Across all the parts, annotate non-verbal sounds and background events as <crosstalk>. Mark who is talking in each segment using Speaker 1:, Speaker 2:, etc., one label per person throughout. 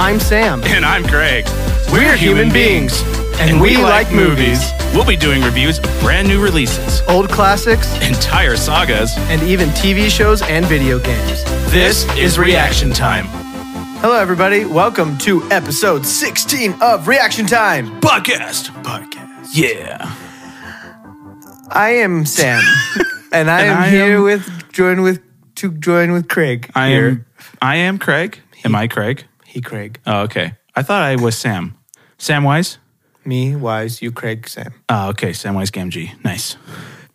Speaker 1: I'm Sam.
Speaker 2: And I'm Craig.
Speaker 1: We're, human beings, and, we, like movies,
Speaker 2: We'll be doing reviews of brand new releases,
Speaker 1: old classics,
Speaker 2: entire sagas.
Speaker 1: and even TV shows and video games.
Speaker 2: This is Reaction Time
Speaker 1: Hello, everybody. Welcome to episode 16 of Reaction Time
Speaker 2: Podcast.
Speaker 1: podcast.
Speaker 2: Yeah.
Speaker 1: I am
Speaker 2: <laughs>
Speaker 1: Sam, and I
Speaker 2: And
Speaker 1: am
Speaker 2: I
Speaker 1: here
Speaker 2: am-
Speaker 1: with join with to join with Craig.
Speaker 2: I
Speaker 1: here.
Speaker 2: am I am Craig. Am I Craig?
Speaker 1: he Craig,
Speaker 2: Oh, okay. I thought I was Sam. Samwise?
Speaker 1: me wise, you Craig Sam.
Speaker 2: Oh, okay. Samwise Gamgee. Nice.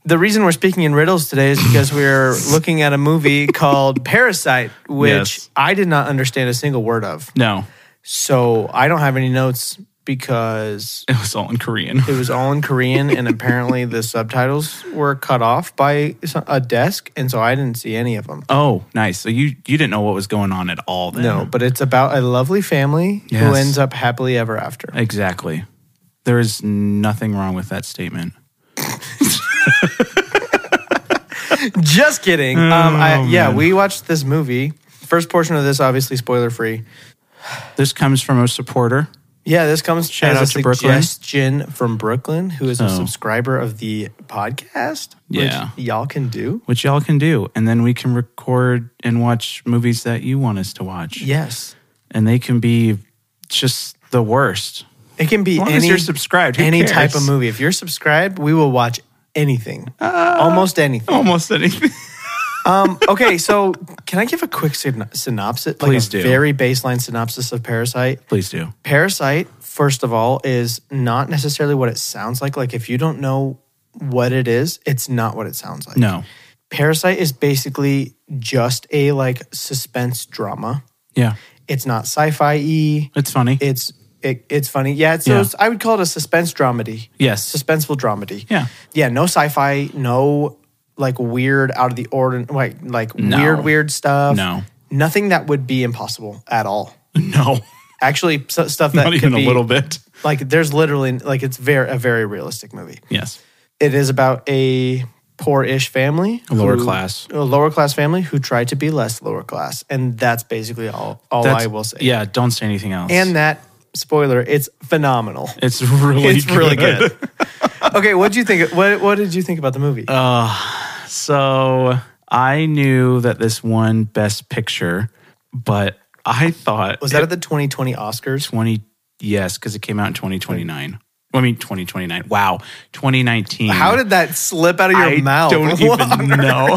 Speaker 1: The reason we're speaking in riddles today is because
Speaker 2: <laughs>
Speaker 1: we're looking at a movie called Parasite, which
Speaker 2: Yes.
Speaker 1: I did not understand a single word of.
Speaker 2: No,
Speaker 1: So I don't have any notes because
Speaker 2: it was all in Korean.
Speaker 1: it was all in Korean and apparently the subtitles were cut off by so- a desk. And so I didn't see any of them.
Speaker 2: Oh, nice. So you you didn't know what was going on at all then?
Speaker 1: No, but it's about a lovely family who
Speaker 2: Yes.
Speaker 1: ends up happily ever after.
Speaker 2: Exactly. There is nothing wrong with that statement.
Speaker 1: Just kidding.
Speaker 2: Oh,
Speaker 1: um, I, yeah, we watched this movie. First portion of this, obviously spoiler free.
Speaker 2: This comes from a supporter.
Speaker 1: Yeah, this comes
Speaker 2: Shout
Speaker 1: as
Speaker 2: out
Speaker 1: a
Speaker 2: to Brooklyn.
Speaker 1: suggestion from Brooklyn, who is a
Speaker 2: So-
Speaker 1: subscriber of the podcast.
Speaker 2: Yeah.
Speaker 1: which y'all can do.
Speaker 2: which y'all can do. And then we can record and watch movies that you want us to watch.
Speaker 1: Yes,
Speaker 2: And they can be just the worst.
Speaker 1: it can be
Speaker 2: long
Speaker 1: any
Speaker 2: as you're subscribed, who
Speaker 1: any
Speaker 2: cares?
Speaker 1: type of movie. If you're subscribed, we will watch anything, <laughs>
Speaker 2: Ah.
Speaker 1: almost anything.
Speaker 2: Almost anything.
Speaker 1: um, okay, so can I give a quick syn- synopsis? Like
Speaker 2: Please
Speaker 1: a
Speaker 2: do.
Speaker 1: Very baseline synopsis of Parasite.
Speaker 2: Please do.
Speaker 1: Parasite, first of all, is not necessarily what it sounds like. Like if you don't know what it is, it's not what it sounds like.
Speaker 2: No.
Speaker 1: Parasite is basically just a like suspense drama.
Speaker 2: Yeah.
Speaker 1: It's not sci-fi y.
Speaker 2: It's funny.
Speaker 1: It's it, it's funny. Yeah, it's
Speaker 2: Yeah.
Speaker 1: those I would call it a suspense dramedy.
Speaker 2: Yes.
Speaker 1: Suspenseful dramedy.
Speaker 2: Yeah.
Speaker 1: Yeah, no sci-fi, no like weird out of the ordinary like like
Speaker 2: No.
Speaker 1: weird weird stuff.
Speaker 2: No.
Speaker 1: Nothing that would be impossible at all.
Speaker 2: <laughs> no.
Speaker 1: Actually, so, stuff that
Speaker 2: Not
Speaker 1: could
Speaker 2: even
Speaker 1: be
Speaker 2: a little bit.
Speaker 1: like there's literally like it's very a very realistic movie.
Speaker 2: Yes.
Speaker 1: It is about a poor-ish family,
Speaker 2: A lower class.
Speaker 1: a lower class family who try to be less lower class, and that's basically all all
Speaker 2: That's-
Speaker 1: I will say.
Speaker 2: Yeah. Don't say anything else.
Speaker 1: And that spoiler, it's phenomenal.
Speaker 2: it's really
Speaker 1: <laughs> it's really good. okay, what do you think? What what did you think about the movie?
Speaker 2: <laughs> Uh, So I knew that this won Best Picture, but I thought
Speaker 1: was that at the 2020 Oscars?
Speaker 2: 20 yes because it came out in 2029 i mean 2029 wow 2019
Speaker 1: How did that slip out of your
Speaker 2: i
Speaker 1: mouth? <laughs>
Speaker 2: don't even know <laughs>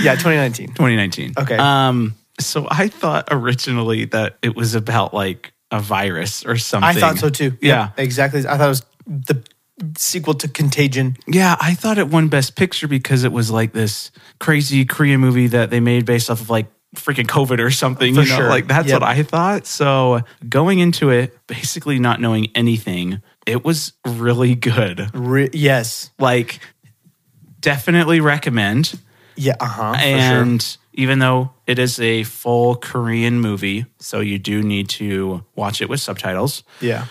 Speaker 1: yeah, 2019.
Speaker 2: 2019
Speaker 1: Okay.
Speaker 2: um so i thought originally that it was about like a virus or something
Speaker 1: I thought so too.
Speaker 2: yeah
Speaker 1: exactly. I thought it was the sequel to Contagion.
Speaker 2: yeah i thought it won best picture because it was like this crazy korean movie that they made based off of like freaking covid or something
Speaker 1: For
Speaker 2: you know
Speaker 1: sure.
Speaker 2: like that's
Speaker 1: Yep.
Speaker 2: what i thought so going into it basically not knowing anything it was really good
Speaker 1: Re- yes.
Speaker 2: like definitely recommend
Speaker 1: Yeah. Uh huh.
Speaker 2: and even though it is a full korean movie so you do need to watch it with subtitles
Speaker 1: yeah.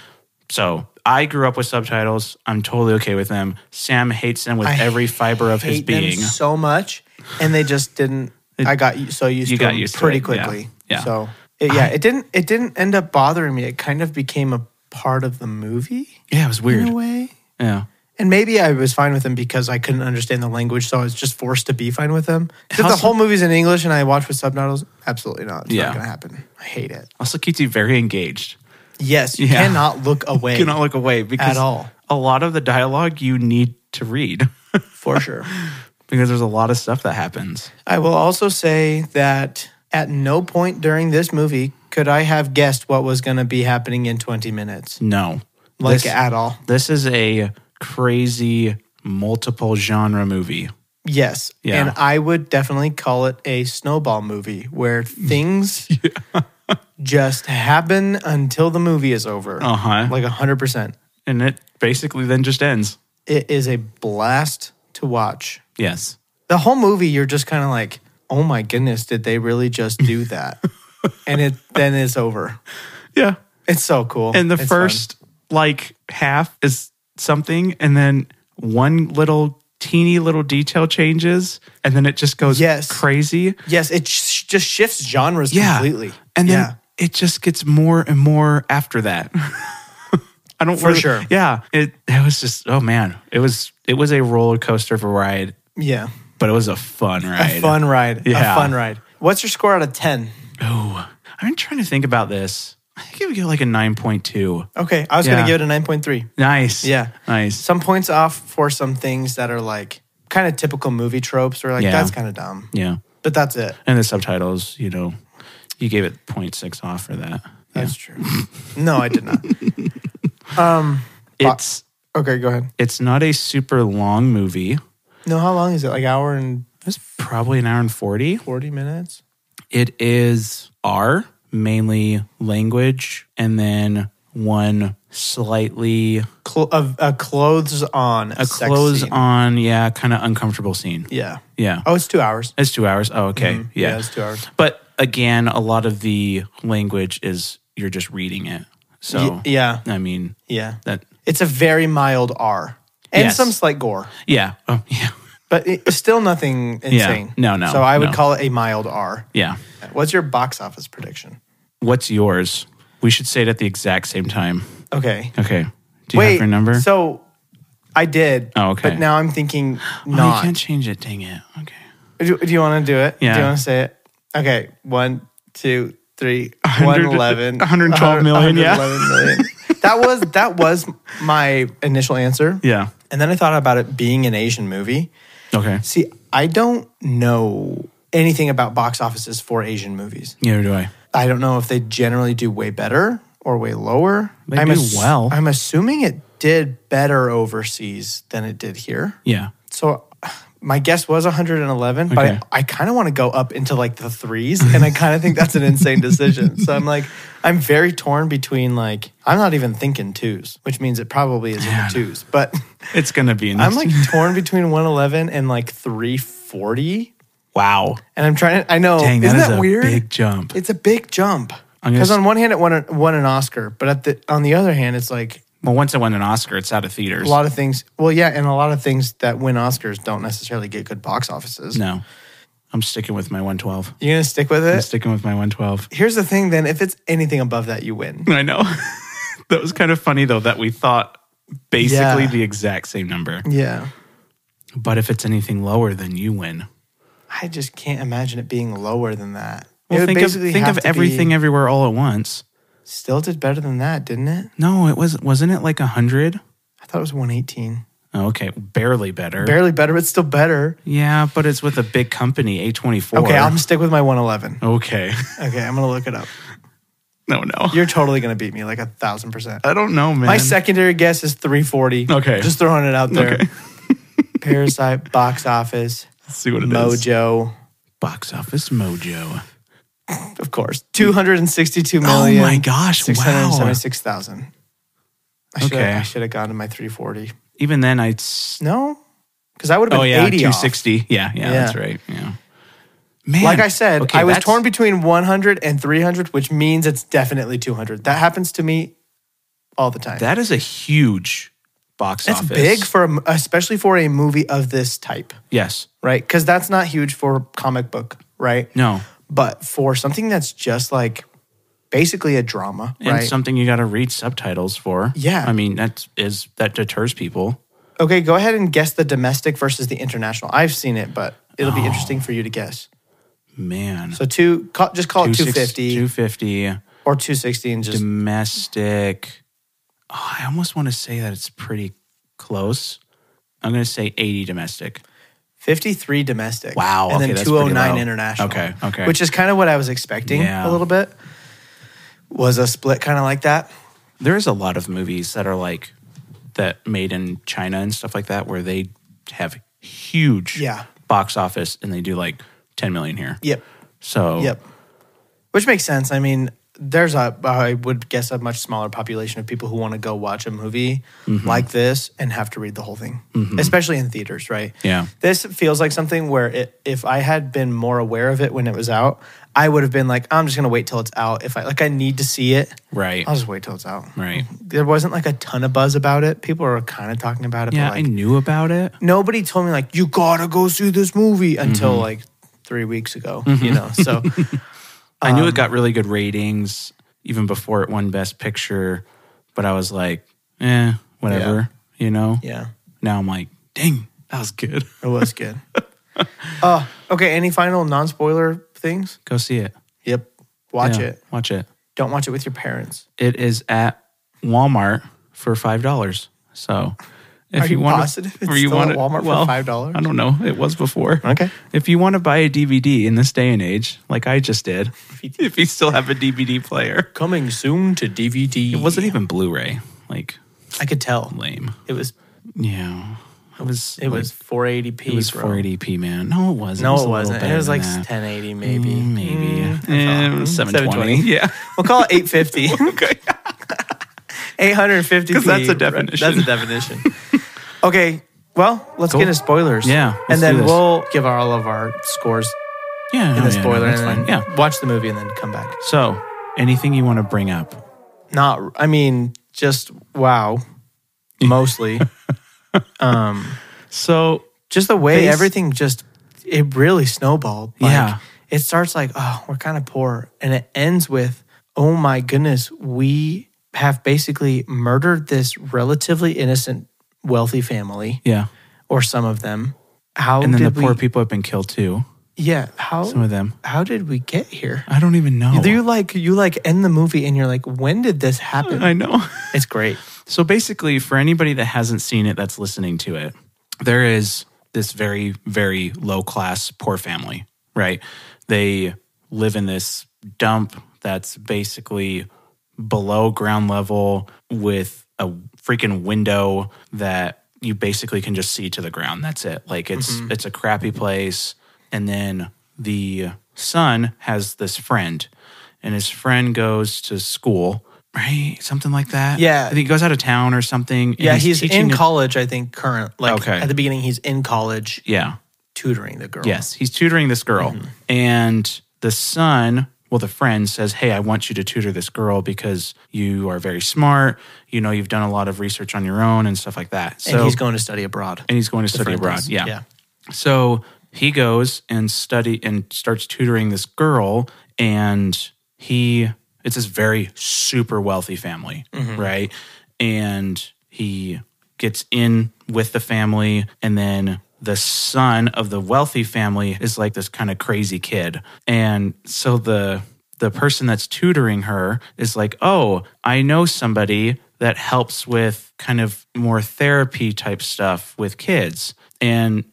Speaker 2: so i grew up with subtitles i'm totally okay with them sam hates them with
Speaker 1: I
Speaker 2: every fiber of his
Speaker 1: hate them
Speaker 2: being
Speaker 1: so much, and they just didn't. I got u- so used
Speaker 2: you
Speaker 1: to
Speaker 2: got
Speaker 1: them
Speaker 2: used to
Speaker 1: pretty
Speaker 2: it, yeah,
Speaker 1: quickly.
Speaker 2: yeah.
Speaker 1: So it, yeah, it didn't. It didn't end up bothering me. It kind of became a part of the movie
Speaker 2: yeah it was
Speaker 1: in
Speaker 2: weird
Speaker 1: a way.
Speaker 2: yeah
Speaker 1: And maybe I was fine with them because I couldn't understand the language, so I was just forced to be fine with them. If the
Speaker 2: Also-
Speaker 1: whole movie's in English and I watch with subtitles, absolutely not. It's
Speaker 2: Yeah.
Speaker 1: not gonna happen. I hate it.
Speaker 2: also keeps you very engaged
Speaker 1: Yes, you
Speaker 2: Yeah.
Speaker 1: cannot look away.
Speaker 2: <laughs> you cannot look away
Speaker 1: At
Speaker 2: because
Speaker 1: all.
Speaker 2: a lot of the dialogue you need to read <laughs>
Speaker 1: for sure.
Speaker 2: because there's a lot of stuff that happens
Speaker 1: I will also say that at no point during this movie could I have guessed what was going to be happening in 20 minutes,
Speaker 2: no
Speaker 1: like
Speaker 2: This-
Speaker 1: at all.
Speaker 2: This is a crazy multiple genre movie.
Speaker 1: Yes.
Speaker 2: Yeah.
Speaker 1: And I would definitely call it a snowball movie
Speaker 2: <laughs>
Speaker 1: where things just happen until the movie is over.
Speaker 2: Uh-huh.
Speaker 1: Like 100%.
Speaker 2: And it basically then just ends.
Speaker 1: It is a blast to watch.
Speaker 2: Yes.
Speaker 1: The whole movie, you're just kind of like, oh my goodness, did they really just do
Speaker 2: <laughs>
Speaker 1: that? and it then it's over.
Speaker 2: Yeah.
Speaker 1: It's so cool.
Speaker 2: And the
Speaker 1: It's fun.
Speaker 2: first like half is something and then one little teeny little detail changes and then it just goes
Speaker 1: Yes.
Speaker 2: crazy.
Speaker 1: Yes, it sh- just shifts genres
Speaker 2: Yeah.
Speaker 1: completely.
Speaker 2: And then
Speaker 1: yeah.
Speaker 2: it just gets more and more after that. <laughs> I don't
Speaker 1: For
Speaker 2: really-
Speaker 1: sure.
Speaker 2: Yeah, it it was just oh man, it was it was a roller coaster of a ride,
Speaker 1: Yeah.
Speaker 2: but it was a fun ride.
Speaker 1: A fun ride.
Speaker 2: Yeah.
Speaker 1: A fun ride. What's your score out of 10?
Speaker 2: Oh, I've been trying to think about this. I think it would get like a nine point two.
Speaker 1: Okay. I was
Speaker 2: Yeah.
Speaker 1: going to give it a 9.3.
Speaker 2: Nice.
Speaker 1: Yeah.
Speaker 2: Nice.
Speaker 1: Some points off for some things that are like kind of typical movie tropes. We're like,
Speaker 2: Yeah.
Speaker 1: that's kind of dumb.
Speaker 2: Yeah.
Speaker 1: But that's it.
Speaker 2: And the subtitles, you know, you gave it 0.6 off for that. Yeah.
Speaker 1: That's true. No, I did
Speaker 2: <laughs>
Speaker 1: not.
Speaker 2: It's
Speaker 1: Okay, go ahead.
Speaker 2: it's not a super long movie.
Speaker 1: No, how long is it? Like hour and
Speaker 2: It's probably an hour and 40.
Speaker 1: 40 minutes?
Speaker 2: It is R, mainly language, and then one slightly
Speaker 1: Cl- a, a clothes on.
Speaker 2: a
Speaker 1: sex
Speaker 2: close
Speaker 1: scene.
Speaker 2: on, yeah, kind of uncomfortable scene.
Speaker 1: Yeah.
Speaker 2: Yeah.
Speaker 1: Oh, it's two hours. Mm,
Speaker 2: It's two hours. Oh, okay. Yeah.
Speaker 1: Mm-hmm. it's two hours.
Speaker 2: But again, a lot of the language is you're just reading it. So,
Speaker 1: Y- yeah.
Speaker 2: I mean,
Speaker 1: Yeah.
Speaker 2: that,
Speaker 1: It's a very mild R and
Speaker 2: Yes.
Speaker 1: some slight gore,
Speaker 2: yeah. Oh, <laughs> yeah.
Speaker 1: but it, still nothing insane.
Speaker 2: No, no,
Speaker 1: So I would
Speaker 2: no.
Speaker 1: call it a mild R.
Speaker 2: Yeah.
Speaker 1: What's your box office prediction?
Speaker 2: What's yours? We should say it at the exact same time.
Speaker 1: Okay.
Speaker 2: Okay. Do you
Speaker 1: Wait.
Speaker 2: have your number?
Speaker 1: So I did.
Speaker 2: Oh, okay.
Speaker 1: But now I'm thinking
Speaker 2: <gasps> oh, you
Speaker 1: not.
Speaker 2: can't change it. Dang it. Okay.
Speaker 1: do, do you want to do it?
Speaker 2: Yeah.
Speaker 1: Do you want to say it? Okay. One, two, three.
Speaker 2: 100
Speaker 1: 111.
Speaker 2: 112 million, yeah.
Speaker 1: 111 million. that was that was my initial answer.
Speaker 2: Yeah.
Speaker 1: And then I thought about it being an Asian movie.
Speaker 2: Okay.
Speaker 1: See, I don't know anything about box offices for Asian movies.
Speaker 2: Neither do I.
Speaker 1: I don't know if they generally do way better or way lower.
Speaker 2: They do well.
Speaker 1: I'm assuming it did better overseas than it did here.
Speaker 2: Yeah.
Speaker 1: So my guess was 111, but
Speaker 2: Okay.
Speaker 1: I, I kind of want to go up into like the threes. And I kind of think that's an
Speaker 2: <laughs>
Speaker 1: insane decision. So I'm like, I'm very torn between like, I'm not even thinking twos, which means it probably is in the twos. But <laughs>
Speaker 2: It's going to be in this.
Speaker 1: I'm like torn between 111 and like 340.
Speaker 2: wow.
Speaker 1: And I'm trying to, I know,
Speaker 2: Dang,
Speaker 1: isn't
Speaker 2: that is
Speaker 1: that
Speaker 2: a
Speaker 1: weird?
Speaker 2: big jump.
Speaker 1: It's a big jump.
Speaker 2: I'm gonna
Speaker 1: Because
Speaker 2: s-
Speaker 1: on one hand, it won, a, won an Oscar, but at the on the other hand, it's like
Speaker 2: well, once it won an Oscar, it's out of theaters.
Speaker 1: a lot of things. Well, yeah, and a lot of things that win Oscars don't necessarily get good box offices.
Speaker 2: no. I'm sticking with my 112.
Speaker 1: You're gonna stick with
Speaker 2: I'm
Speaker 1: it.
Speaker 2: sticking with my 112.
Speaker 1: Here's the thing, then: if it's anything above that, you win.
Speaker 2: <laughs> I know. that was kind of funny though that we thought basically
Speaker 1: Yeah.
Speaker 2: the exact same number.
Speaker 1: Yeah,
Speaker 2: But if it's anything lower, then you win.
Speaker 1: I just can't imagine it being lower than that. It
Speaker 2: Well,
Speaker 1: would
Speaker 2: think of
Speaker 1: basically
Speaker 2: think
Speaker 1: have
Speaker 2: of
Speaker 1: to be-
Speaker 2: everything everywhere all at once.
Speaker 1: still did better than that, didn't it?
Speaker 2: No, it was wasn't it like a hundred?
Speaker 1: I thought it was 118.
Speaker 2: Oh, okay, barely better.
Speaker 1: Barely better, but still better.
Speaker 2: yeah, but it's with a big company, A twenty four.
Speaker 1: Okay, I'm gonna stick with my 111.
Speaker 2: okay. <laughs>
Speaker 1: Okay, I'm gonna look it up.
Speaker 2: no, no,
Speaker 1: You're totally gonna beat me like a thousand percent.
Speaker 2: I don't know, Oh, man.
Speaker 1: My secondary guess is 340.
Speaker 2: Okay.
Speaker 1: Just throwing it out there.
Speaker 2: Okay.
Speaker 1: <laughs>
Speaker 2: <laughs>
Speaker 1: Parasite, box office,
Speaker 2: Let's see what it is.
Speaker 1: mojo,
Speaker 2: Box office mojo.
Speaker 1: of course. 262
Speaker 2: Oh
Speaker 1: million.
Speaker 2: my gosh! Wow.
Speaker 1: 676,000. I should
Speaker 2: Okay.
Speaker 1: have, I should have gone to my 340.
Speaker 2: Even then, I. s-
Speaker 1: No? Because I would have
Speaker 2: Oh
Speaker 1: been
Speaker 2: yeah,
Speaker 1: 80
Speaker 2: two
Speaker 1: off.
Speaker 2: sixty. Yeah, yeah,
Speaker 1: Yeah.
Speaker 2: that's right. Yeah. Man,
Speaker 1: Like I said,
Speaker 2: okay,
Speaker 1: I was
Speaker 2: that's-
Speaker 1: torn between 100 and 300, which means it's definitely 200. That happens to me all the time.
Speaker 2: That is a huge box
Speaker 1: That's
Speaker 2: office.
Speaker 1: big for, a, especially for a movie of this type,
Speaker 2: Yes.
Speaker 1: right? Because that's not huge for comic book, right?
Speaker 2: No.
Speaker 1: but for something that's just like basically a drama,
Speaker 2: And
Speaker 1: right?
Speaker 2: something you got to read subtitles for.
Speaker 1: Yeah.
Speaker 2: I mean, that is that deters people.
Speaker 1: okay, go ahead and guess the domestic versus the international. I've seen it, but it'll
Speaker 2: Oh.
Speaker 1: be interesting for you to guess.
Speaker 2: Man.
Speaker 1: So two, call, just call it 250
Speaker 2: 250
Speaker 1: or 260 and just
Speaker 2: domestic. Oh, I almost want to say that it's pretty close. I'm going to say 80 domestic.
Speaker 1: 53 domestic.
Speaker 2: Wow,
Speaker 1: And
Speaker 2: okay,
Speaker 1: then
Speaker 2: that's pretty
Speaker 1: 209
Speaker 2: low.
Speaker 1: international.
Speaker 2: Okay, okay.
Speaker 1: Which is kind of what I was expecting
Speaker 2: Yeah.
Speaker 1: a little bit. Was a split kind of like that?
Speaker 2: There is a lot of movies that are like that made in China and stuff like that where they have huge
Speaker 1: Yeah.
Speaker 2: box office and they do like 10 million here.
Speaker 1: Yep.
Speaker 2: So
Speaker 1: Yep. Which makes sense. I mean, there's a, I would guess, a much smaller population of people who want to go watch a movie
Speaker 2: Mm-hmm.
Speaker 1: like this and have to read the whole thing, especially in theaters, right?
Speaker 2: Yeah.
Speaker 1: This feels like something where it, if I had been more aware of it when it was out, I would have been like, I'm just going to wait till it's out. If I, like, I need to see it,
Speaker 2: right.
Speaker 1: I'll just wait till it's out.
Speaker 2: Right.
Speaker 1: There wasn't like a ton of buzz about it. People were kind of talking about it,
Speaker 2: Yeah,
Speaker 1: but like,
Speaker 2: I knew about it.
Speaker 1: nobody told me like
Speaker 2: Mm-hmm. <laughs>
Speaker 1: you gotta go see this movie until like three weeks ago you know so
Speaker 2: I knew it got
Speaker 1: Um,
Speaker 2: really good ratings even before it won Best Picture, but I was like, eh, whatever, you know?
Speaker 1: Yeah,
Speaker 2: Now I'm like, dang, that was good. <laughs>
Speaker 1: it was good. <laughs> uh, okay, any final non spoiler things?
Speaker 2: Go see it.
Speaker 1: Yep. Watch
Speaker 2: Yeah,
Speaker 1: it.
Speaker 2: Watch it.
Speaker 1: Don't watch it with your parents.
Speaker 2: It is at Walmart for $5. So if
Speaker 1: Are you
Speaker 2: wanna-
Speaker 1: positive it's
Speaker 2: or you
Speaker 1: still
Speaker 2: wanna-
Speaker 1: at Walmart for
Speaker 2: well,
Speaker 1: $5?
Speaker 2: I don't know. It was before.
Speaker 1: Okay.
Speaker 2: If you want to buy a DVD in this day and age, like I just did, if you still have a DVD player,
Speaker 1: Coming soon to DVD.
Speaker 2: it wasn't even Blu ray. Like,
Speaker 1: I could tell.
Speaker 2: lame.
Speaker 1: It was.
Speaker 2: Yeah. It was,
Speaker 1: It was 480p.
Speaker 2: It was
Speaker 1: bro.
Speaker 2: 480p, man. No, it wasn't.
Speaker 1: No,
Speaker 2: a
Speaker 1: it
Speaker 2: little
Speaker 1: wasn't. It
Speaker 2: better
Speaker 1: was
Speaker 2: than
Speaker 1: like
Speaker 2: that. Mm-hmm.
Speaker 1: 1080 maybe.
Speaker 2: maybe
Speaker 1: Mm,
Speaker 2: Eh, it was 720.
Speaker 1: 720.
Speaker 2: Yeah,
Speaker 1: We'll call it
Speaker 2: <laughs>
Speaker 1: 850. <laughs> okay. 850.
Speaker 2: 'Cause that's a
Speaker 1: Right.
Speaker 2: definition.
Speaker 1: That's a definition.
Speaker 2: <laughs>
Speaker 1: okay. Well, let's
Speaker 2: Cool.
Speaker 1: get into spoilers.
Speaker 2: Yeah, let's
Speaker 1: And
Speaker 2: do
Speaker 1: then
Speaker 2: this.
Speaker 1: we'll give all of our scores
Speaker 2: yeah.
Speaker 1: in
Speaker 2: no,
Speaker 1: the
Speaker 2: yeah, no,
Speaker 1: spoiler
Speaker 2: that's
Speaker 1: and
Speaker 2: fine.
Speaker 1: then
Speaker 2: Yeah.
Speaker 1: watch the movie and then come back.
Speaker 2: So, anything you want to bring up?
Speaker 1: Not, I mean, just
Speaker 2: <laughs>
Speaker 1: wow. Mostly. um,
Speaker 2: So,
Speaker 1: just the way
Speaker 2: Base-
Speaker 1: everything just it really snowballed.
Speaker 2: Yeah.
Speaker 1: it starts like oh we're kind of poor, and it ends with oh my goodness we have basically murdered this relatively innocent wealthy family
Speaker 2: yeah,
Speaker 1: or some of them. How
Speaker 2: and then the
Speaker 1: did
Speaker 2: poor
Speaker 1: we?
Speaker 2: people have been killed too.
Speaker 1: yeah how
Speaker 2: Some of them.
Speaker 1: how did we get here?
Speaker 2: I don't even know.
Speaker 1: You like you like end the movie and you're like when did this
Speaker 2: <laughs>
Speaker 1: happen?
Speaker 2: I know.
Speaker 1: It's great.
Speaker 2: So basically, for anybody that hasn't seen it, that's listening to it, there is this very, very low class poor family, right? They live in this dump that's basically below ground level with a freaking window that you basically can just see to the ground. That's it. Like it's it's a crappy place. And then the son has this friend, and his friend goes to school, right? Something like that.
Speaker 1: Yeah.
Speaker 2: I think he goes out of town or something. and
Speaker 1: Yeah, he's,
Speaker 2: teaching
Speaker 1: in
Speaker 2: a-
Speaker 1: college. I think current like
Speaker 2: Okay.
Speaker 1: at the beginning he's in college
Speaker 2: yeah.
Speaker 1: tutoring the girl.
Speaker 2: Yes, he's tutoring this girl.
Speaker 1: Mm-hmm.
Speaker 2: And the son, well, the friend says, Hey, I want you to tutor this girl because you are very smart. You know, you've done a lot of research on your own and stuff like that. So,
Speaker 1: and he's going to study abroad.
Speaker 2: and he's going to study
Speaker 1: friend
Speaker 2: abroad.
Speaker 1: is.
Speaker 2: Yeah.
Speaker 1: Yeah.
Speaker 2: So he goes and study and starts tutoring this girl, and he it's this very super wealthy family, right? And he gets in with the family, and then the son of the wealthy family is like this kind of crazy kid, and so the the person that's tutoring her is like, oh, I know somebody that helps with kind of more therapy type stuff with kids. And he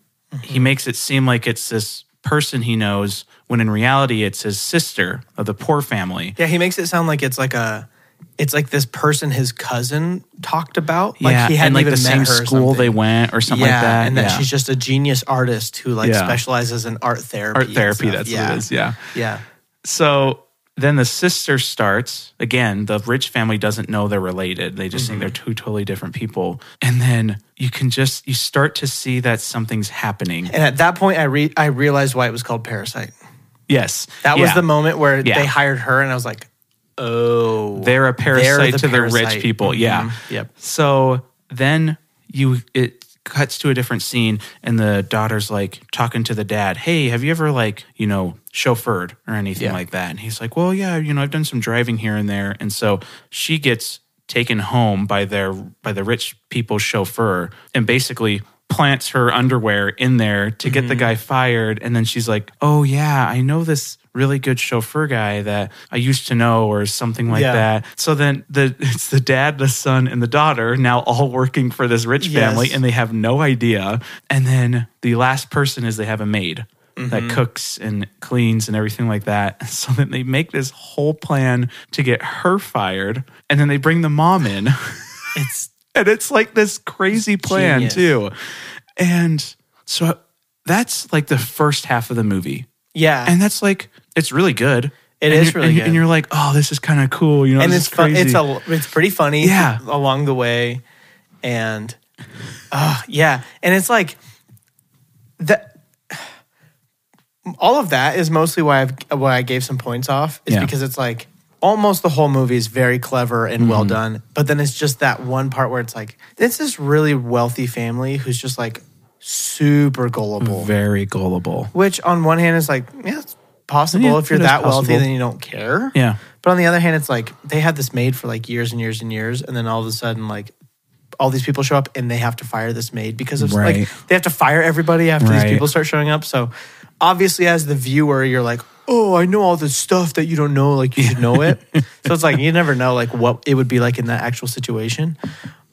Speaker 1: Mm-hmm.
Speaker 2: makes it seem like it's this person he knows when in reality it's his sister of the poor family.
Speaker 1: Yeah, he makes it sound like it's like a, it's like this person his cousin talked about. Like he hadn't
Speaker 2: and like
Speaker 1: even met
Speaker 2: the same
Speaker 1: her or
Speaker 2: school they
Speaker 1: something.
Speaker 2: went or something
Speaker 1: yeah,
Speaker 2: like that.
Speaker 1: and that
Speaker 2: yeah.
Speaker 1: she's just a genius artist who like
Speaker 2: Yeah.
Speaker 1: specializes in art therapy.
Speaker 2: art
Speaker 1: and
Speaker 2: therapy,
Speaker 1: stuff.
Speaker 2: that's what
Speaker 1: Yeah.
Speaker 2: it is. Yeah.
Speaker 1: Yeah,
Speaker 2: So then the sister starts again. The rich family doesn't know they're related. They just
Speaker 1: Mm-hmm.
Speaker 2: think they're two totally different people. And then you can just you start to see that something's happening.
Speaker 1: and at that point, I re- I realized why it was called Parasite.
Speaker 2: Yes,
Speaker 1: That was
Speaker 2: Yeah.
Speaker 1: the moment where
Speaker 2: Yeah.
Speaker 1: they hired her, and I was like, oh,
Speaker 2: They're a parasite
Speaker 1: the
Speaker 2: to the
Speaker 1: parasite.
Speaker 2: rich people. Yeah.
Speaker 1: Mhm. Yep.
Speaker 2: So then you it cuts to a different scene and the daughter's like talking to the dad, "Hey, have you ever like, you know, chauffeured or anything
Speaker 1: Yeah.
Speaker 2: like that?" And he's like, "Well, yeah, you know, I've done some driving here and there." And so she gets taken home by their by the rich people's chauffeur and basically plants her underwear in there to get the
Speaker 1: Mm-hmm.
Speaker 2: guy fired and then she's like, "Oh yeah, I know this really good chauffeur guy that I used to know or something like
Speaker 1: Yeah.
Speaker 2: that." So then the <laughs> it's the dad, the son, and the daughter now all working for this rich
Speaker 1: Yes.
Speaker 2: family, and they have no idea. And then the last person is they have a maid
Speaker 1: Mm-hmm.
Speaker 2: that cooks and cleans and everything like that. <laughs> So then they make this whole plan to get her fired, and then they bring the mom in, <laughs>
Speaker 1: it's
Speaker 2: and it's like this crazy plan
Speaker 1: Genius.
Speaker 2: too. And so that's like the first half of the movie,
Speaker 1: yeah,
Speaker 2: and that's like it's really good.
Speaker 1: It
Speaker 2: It is
Speaker 1: is really
Speaker 2: and,
Speaker 1: good.
Speaker 2: and you're like, oh, this is kind of cool, you know.
Speaker 1: and
Speaker 2: this
Speaker 1: it's
Speaker 2: is
Speaker 1: fun. It's
Speaker 2: crazy.
Speaker 1: a it's pretty funny.
Speaker 2: Yeah.
Speaker 1: along the way, and uh, yeah, and it's like that. All of that is mostly why I've why I gave some points off is
Speaker 2: Yeah.
Speaker 1: because it's like almost the whole movie is very clever and
Speaker 2: Mm-hmm.
Speaker 1: well done, but then it's just that one part where it's like it's this really wealthy family who's just like super gullible,
Speaker 2: very gullible.
Speaker 1: which on one hand is like yeah, it's possible
Speaker 2: Yeah,
Speaker 1: if you're
Speaker 2: it is
Speaker 1: that wealthy,
Speaker 2: possible.
Speaker 1: then you don't care.
Speaker 2: Yeah.
Speaker 1: But on the other hand, it's like they had this maid for like years and years and years, and then all of a sudden, like all these people show up and they have to fire this maid because of
Speaker 2: Right.
Speaker 1: like they have to fire everybody after
Speaker 2: Right.
Speaker 1: these people start showing up. So obviously, as the viewer, you're like, oh, I know all this stuff that you don't know. Like you should know it.
Speaker 2: <laughs>
Speaker 1: so it's like you never know like what it would be like in that actual situation.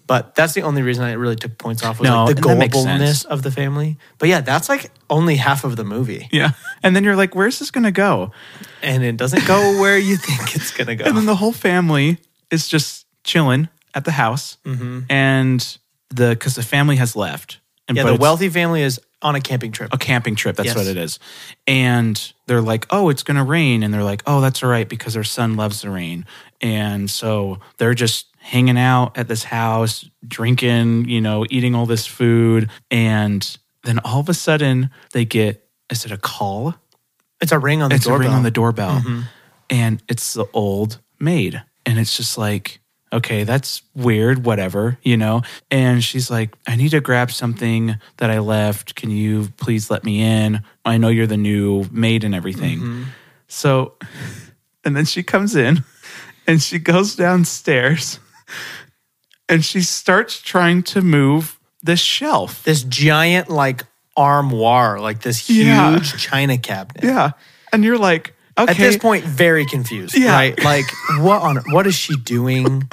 Speaker 1: But that's the only reason I really took points off was
Speaker 2: No,
Speaker 1: like the
Speaker 2: and that makes sense.
Speaker 1: gulliblebleness of the family. But yeah, that's like only half of the movie,
Speaker 2: Yeah. And then you're like, where's this going to go?
Speaker 1: and it doesn't
Speaker 2: <laughs>
Speaker 1: go where you think it's gonna go.
Speaker 2: And then the whole family is just chilling at the house.
Speaker 1: Mm-hmm.
Speaker 2: And the, because the family has left. And
Speaker 1: Yeah,
Speaker 2: but
Speaker 1: the
Speaker 2: it's
Speaker 1: wealthy family is on a camping trip.
Speaker 2: A camping trip. That's
Speaker 1: Yes.
Speaker 2: what it is. And they're like, oh, it's going to rain. And they're like, oh, that's all right because their son loves the rain. And so they're just hanging out at this house, drinking, you know, eating all this food. And then all of a sudden they get, is it a call?
Speaker 1: It's a ring on the
Speaker 2: it's a
Speaker 1: doorbell. Mm-hmm.
Speaker 2: ring on the doorbell and it's the old maid and it's just like okay that's weird whatever you know and she's like i need to grab something that i left can you please let me in i know you're the new maid and everything
Speaker 1: Mm-hmm.
Speaker 2: so <laughs> and then she comes in and she goes downstairs <laughs> and she starts trying to move the shelf
Speaker 1: this giant like armoire, like this huge
Speaker 2: Yeah.
Speaker 1: china cabinet.
Speaker 2: yeah and you're like okay
Speaker 1: At this point, very confused.
Speaker 2: Yeah.
Speaker 1: Right? Like what on what is she
Speaker 2: <laughs>
Speaker 1: doing?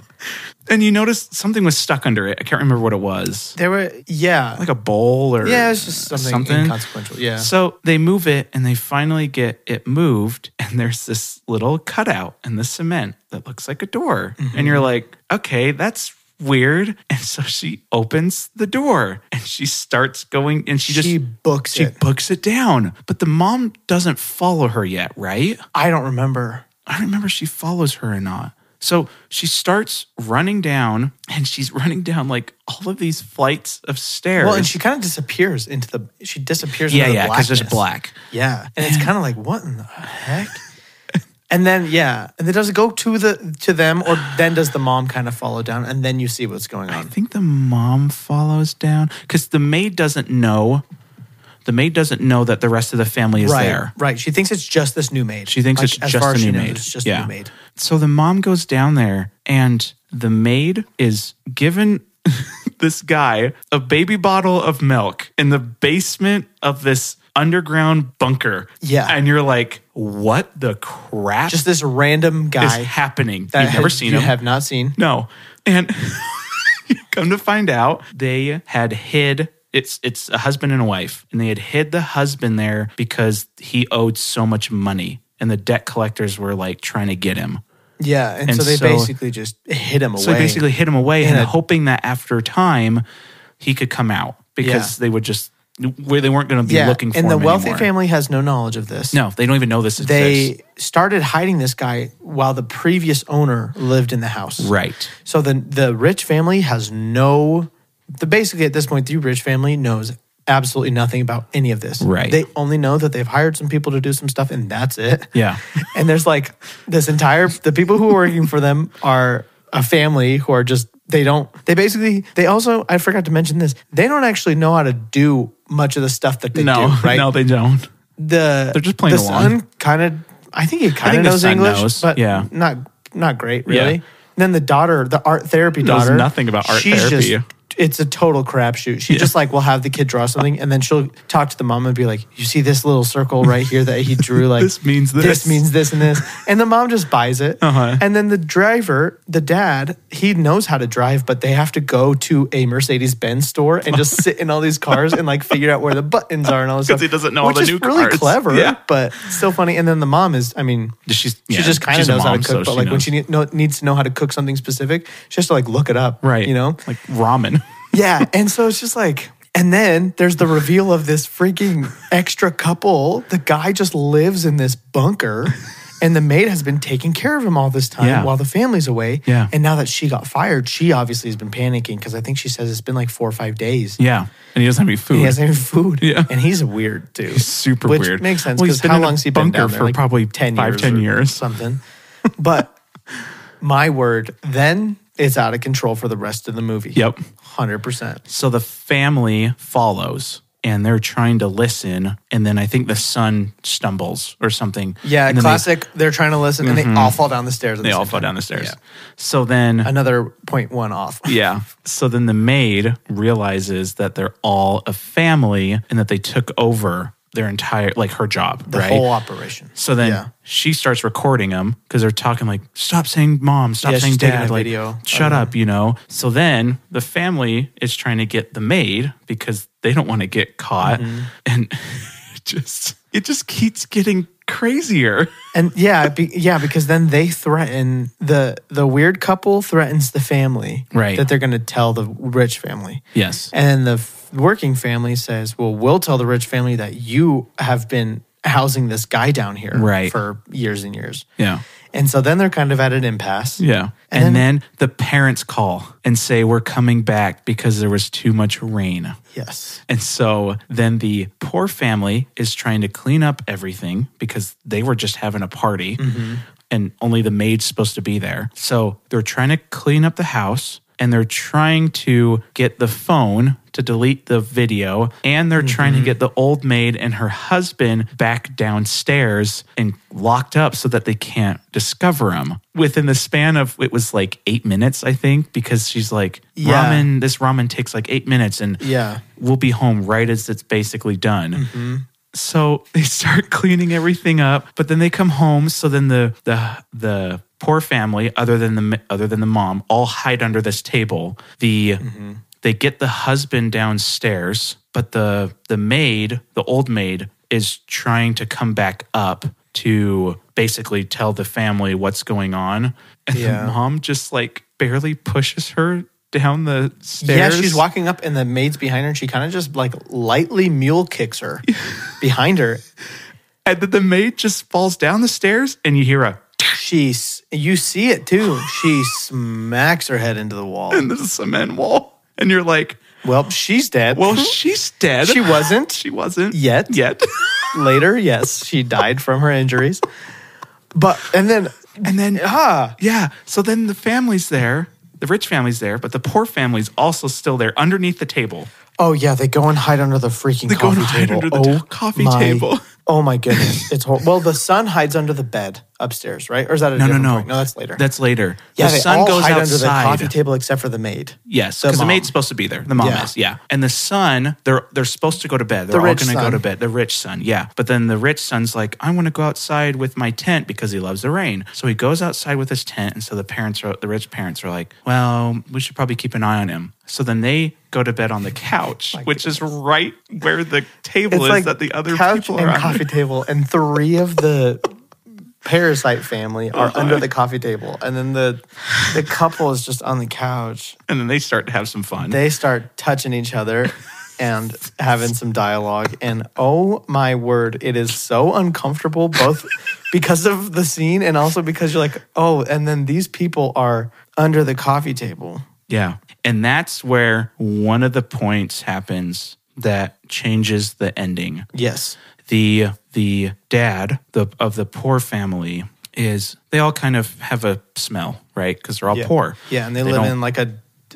Speaker 2: And you noticed something was stuck under it. I can't remember what it was.
Speaker 1: There were yeah.
Speaker 2: Like a bowl or
Speaker 1: yeah, it's just something, inconsequential. Yeah.
Speaker 2: So they move it and they finally get it moved. And there's this little cutout in the cement that looks like a door. And you're like, okay, that's weird. And so she opens the door and she starts going and she just
Speaker 1: she books
Speaker 2: she
Speaker 1: it.
Speaker 2: books it down. But the mom doesn't follow her yet, right?
Speaker 1: I don't remember.
Speaker 2: I don't remember if she follows her or not. So she starts running down and she's <laughs> running down like all of these flights of stairs.
Speaker 1: Well, and she kind of disappears into the she disappears
Speaker 2: yeah,
Speaker 1: into the
Speaker 2: yeah, because there's
Speaker 1: blackness.
Speaker 2: black.
Speaker 1: Yeah. And it's kind of like, what in the heck? <laughs> and then yeah. And then does it go to the to them or then does the mom kind of follow down and then you see what's going
Speaker 2: I
Speaker 1: on?
Speaker 2: think the mom follows down because the maid doesn't know. The maid doesn't know that the rest of the family is
Speaker 1: right.
Speaker 2: there.
Speaker 1: Right. She thinks it's just this new maid.
Speaker 2: She thinks
Speaker 1: Like,
Speaker 2: it's
Speaker 1: as
Speaker 2: just
Speaker 1: far
Speaker 2: a
Speaker 1: as
Speaker 2: new
Speaker 1: she knows,
Speaker 2: maid.
Speaker 1: It's just a new maid.
Speaker 2: So the mom goes down there, and the maid is given <laughs> this guy a baby bottle of milk in the basement of this underground bunker.
Speaker 1: Yeah.
Speaker 2: and you're like, what the crap
Speaker 1: Just this random
Speaker 2: is
Speaker 1: guy
Speaker 2: happening?
Speaker 1: that
Speaker 2: You've never seen
Speaker 1: you
Speaker 2: him.
Speaker 1: have not seen.
Speaker 2: No. And <laughs> come to find out, they had hid it's it's a husband and a wife, and they had hid the husband there because he owed so much money, and the debt collectors were like trying to get him.
Speaker 1: Yeah. And,
Speaker 2: And
Speaker 1: so they
Speaker 2: so-
Speaker 1: basically just hid him away.
Speaker 2: So they basically hid him away, and
Speaker 1: a-
Speaker 2: hoping that after time he could come out because
Speaker 1: Yeah.
Speaker 2: they would just where they weren't going to be
Speaker 1: yeah.
Speaker 2: looking for
Speaker 1: and the
Speaker 2: him
Speaker 1: wealthy
Speaker 2: anymore.
Speaker 1: family has no knowledge of this.
Speaker 2: No, they don't even know this exists.
Speaker 1: They started hiding this guy while the previous owner lived in the house.
Speaker 2: right.
Speaker 1: So the the rich family has no the basically at this point the rich family knows absolutely nothing about any of this.
Speaker 2: Right.
Speaker 1: They only know that they've hired some people to do some stuff and that's it.
Speaker 2: Yeah.
Speaker 1: <laughs> And there's like this entire the people who are working for them are a family who are just they don't they basically they also I forgot to mention this. They don't actually know how to do much of the stuff that they
Speaker 2: No, <laughs>
Speaker 1: do, right?
Speaker 2: no, they don't.
Speaker 1: the
Speaker 2: They're just playing
Speaker 1: the
Speaker 2: along.
Speaker 1: son kind of I think he kind
Speaker 2: think
Speaker 1: of
Speaker 2: the
Speaker 1: knows
Speaker 2: son
Speaker 1: English,
Speaker 2: knows,
Speaker 1: but
Speaker 2: yeah.
Speaker 1: not not great
Speaker 2: Yeah.
Speaker 1: really. And then the daughter, the art therapy
Speaker 2: Knows
Speaker 1: daughter,
Speaker 2: nothing about art
Speaker 1: she's
Speaker 2: therapy.
Speaker 1: Just, it's a total crapshoot. She just like will have the kid draw something, and then she'll talk to the mom and be like, "You see this little circle right here that he
Speaker 2: <laughs>
Speaker 1: drew? Like
Speaker 2: This means this."
Speaker 1: This means this and this." And the mom just buys it.
Speaker 2: Uh-huh.
Speaker 1: And then the driver, the dad, he knows how to drive, but they have to go to a Mercedes Benz store and
Speaker 2: <laughs>
Speaker 1: just sit in all these cars and like figure out where the buttons are and all this stuff.
Speaker 2: he doesn't know all
Speaker 1: which
Speaker 2: the
Speaker 1: is
Speaker 2: new
Speaker 1: really
Speaker 2: cars.
Speaker 1: clever,
Speaker 2: Yeah.
Speaker 1: but still funny. And then the mom is, I mean,
Speaker 2: She's-
Speaker 1: she
Speaker 2: yeah,
Speaker 1: just kind
Speaker 2: she's
Speaker 1: of
Speaker 2: a
Speaker 1: knows how to
Speaker 2: mom,
Speaker 1: cook,
Speaker 2: so
Speaker 1: but
Speaker 2: she
Speaker 1: like when
Speaker 2: knows.
Speaker 1: she need, no, needs to know how to cook something specific, she has to like look it up,
Speaker 2: Right.
Speaker 1: You know,
Speaker 2: like ramen. <laughs>
Speaker 1: yeah. And so it's just like, and then there's the reveal of this freaking extra couple. The guy just lives in this bunker. And the maid has been taking care of him all this time
Speaker 2: Yeah.
Speaker 1: while the family's away.
Speaker 2: Yeah.
Speaker 1: And now that she got fired, she obviously has been panicking because I think she says it's been like four or five days.
Speaker 2: Yeah, and he doesn't have any food.
Speaker 1: He hasn't even food.
Speaker 2: Yeah.
Speaker 1: And he's weird too. He's
Speaker 2: super
Speaker 1: Which
Speaker 2: weird.
Speaker 1: Makes sense
Speaker 2: Well,
Speaker 1: because
Speaker 2: he's been
Speaker 1: how
Speaker 2: in a
Speaker 1: long's he been
Speaker 2: bunker
Speaker 1: down there?
Speaker 2: for
Speaker 1: Like
Speaker 2: probably
Speaker 1: ten
Speaker 2: five,
Speaker 1: years
Speaker 2: 10
Speaker 1: or
Speaker 2: years.
Speaker 1: something. But my word, then it's out of control for the rest of the movie.
Speaker 2: Yep.
Speaker 1: hundred percent.
Speaker 2: So the family follows and they're trying to listen. And then I think the son stumbles or something.
Speaker 1: Yeah,
Speaker 2: and then Mm-hmm.
Speaker 1: classic. They, are trying to listen, and they all fall down the stairs.
Speaker 2: They, they all fall down the stairs. So then,
Speaker 1: Another point one off.
Speaker 2: yeah. So then the maid realizes that they're all a family and that they took over their entire, like her job,
Speaker 1: The
Speaker 2: right?
Speaker 1: whole operation.
Speaker 2: So then
Speaker 1: Yeah.
Speaker 2: she starts recording them because they're talking like, "Stop saying mom, stop
Speaker 1: Yeah,
Speaker 2: saying
Speaker 1: she's taking
Speaker 2: dad,
Speaker 1: a
Speaker 2: like,
Speaker 1: video of
Speaker 2: shut up," you know. So then the family is trying to get the maid because they don't want to get caught,
Speaker 1: Mm-hmm.
Speaker 2: and <laughs> it just it just keeps getting
Speaker 1: <laughs>
Speaker 2: crazier.
Speaker 1: And yeah, be, yeah, because then they threaten the the weird couple threatens the family,
Speaker 2: Right.
Speaker 1: That they're going to tell the rich family.
Speaker 2: Yes.
Speaker 1: And the f- working family says, "Well, we'll tell the rich family that you have been housing this guy down here,
Speaker 2: Right.
Speaker 1: for years and years."
Speaker 2: Yeah.
Speaker 1: And so then they're kind of at an impasse.
Speaker 2: Yeah.
Speaker 1: And
Speaker 2: And, then, the parents call and say, We're coming back because there was too much rain.
Speaker 1: Yes.
Speaker 2: And so then the poor family is trying to clean up everything because they were just having a party and only the maid's supposed to be there. So they're trying to clean up the house and they're trying to get the phone to delete the video and they're trying to get the old maid and her husband back downstairs and locked up so that they can't discover him within the span of it was like 8 minutes I think because she's like
Speaker 1: Yeah.
Speaker 2: ramen this ramen takes like 8 minutes and
Speaker 1: Yeah.
Speaker 2: we'll be home right as it's basically done. So <laughs> they start cleaning everything up, but then they come home. So then the the the poor family, other than the other than the mom, all hide under this table. The
Speaker 1: Mm-hmm.
Speaker 2: they get the husband downstairs, but the the maid, the old maid, is trying to come back up to basically tell the family what's going on. And
Speaker 1: Yeah.
Speaker 2: the mom just like barely pushes her down the stairs.
Speaker 1: Yeah, she's walking up, and the maid's behind her, and she kind of just like lightly mule kicks
Speaker 2: <laughs>
Speaker 1: her behind her.
Speaker 2: And then the maid just falls down the stairs and you hear a
Speaker 1: She, s- you see it too. She smacks her head into the wall.
Speaker 2: <laughs> in the cement wall. And you're like,
Speaker 1: Well, she's dead. <laughs>
Speaker 2: well, she's dead. <laughs>
Speaker 1: she wasn't
Speaker 2: She wasn't.
Speaker 1: Yet. <laughs>
Speaker 2: Yet.
Speaker 1: later. Yes, she died from her injuries. But and then
Speaker 2: and then,
Speaker 1: ah,
Speaker 2: yeah. So then the family's there. The rich family's there, but the poor family's also still there underneath the table.
Speaker 1: oh yeah, they go and hide under the freaking
Speaker 2: They go
Speaker 1: coffee
Speaker 2: and hide
Speaker 1: table.
Speaker 2: under the
Speaker 1: oh,
Speaker 2: t- coffee
Speaker 1: my-
Speaker 2: table.
Speaker 1: Oh my goodness, it's hor- well. The son hides under the bed upstairs, right? Or is that a
Speaker 2: No, no,
Speaker 1: different
Speaker 2: no.
Speaker 1: point? No, that's later.
Speaker 2: That's later.
Speaker 1: yeah,
Speaker 2: the
Speaker 1: they
Speaker 2: son
Speaker 1: all
Speaker 2: goes
Speaker 1: hide under the
Speaker 2: outside.
Speaker 1: coffee table except for the maid.
Speaker 2: Yes,
Speaker 1: The
Speaker 2: because the
Speaker 1: mom.
Speaker 2: maid's supposed to be there. The mom
Speaker 1: Yeah.
Speaker 2: is, yeah. And the son, they're they're supposed to go to bed. They're all
Speaker 1: rich
Speaker 2: going to go
Speaker 1: son.
Speaker 2: to bed. The rich son, yeah. But then the rich son's like, I want to go outside with my tent because he loves the rain. So he goes outside with his tent, and so the parents, are, the rich parents, are like, Well, we should probably keep an eye on him. So then they go to bed on the
Speaker 1: <laughs>
Speaker 2: couch, which is right where the table is that the other
Speaker 1: couch
Speaker 2: people
Speaker 1: and
Speaker 2: are on.
Speaker 1: coffee table, and three of the parasite family are
Speaker 2: Oh,
Speaker 1: under the coffee table, and then the the couple is just on the couch.
Speaker 2: And then they start to have some fun.
Speaker 1: They start touching each other and having some dialogue, and oh my word, it is so uncomfortable both because of the scene and also because you're like, oh, and then these people are under the coffee table.
Speaker 2: Yeah. And that's where one of the points happens that changes the ending.
Speaker 1: Yes.
Speaker 2: the the dad the, of the poor family is they all kind of have a smell right because they're all poor
Speaker 1: Yeah, and they, live
Speaker 2: don't-
Speaker 1: in like a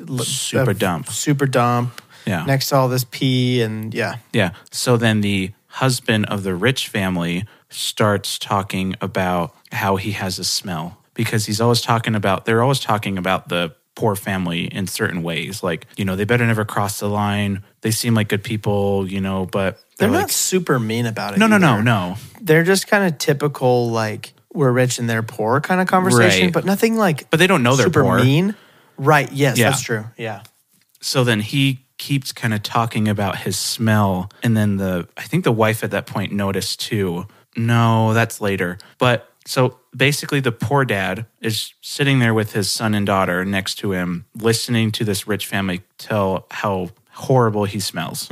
Speaker 1: l-
Speaker 2: Super
Speaker 1: a
Speaker 2: dump.
Speaker 1: Super dump.
Speaker 2: Yeah.
Speaker 1: Next to all this pee and yeah.
Speaker 2: yeah so then the husband of the rich family starts talking about how he has a smell because he's always talking about they're always talking about the poor family in certain ways like you know they better never cross the line they seem like good people you know but
Speaker 1: They're,
Speaker 2: they're, like
Speaker 1: not super mean about it.
Speaker 2: no no no
Speaker 1: either.
Speaker 2: no
Speaker 1: They're just kind of typical like we're rich and they're poor kind of conversation,
Speaker 2: Right.
Speaker 1: but nothing like
Speaker 2: but they don't know Oh, they're
Speaker 1: super
Speaker 2: poor
Speaker 1: mean. Right. Yes,
Speaker 2: Yeah.
Speaker 1: that's true. Yeah.
Speaker 2: so then he keeps kind of talking about his smell and then the i think the wife at that point noticed too no that's later but so basically the poor dad is sitting there with his son and daughter next to him listening to this rich family tell how horrible he smells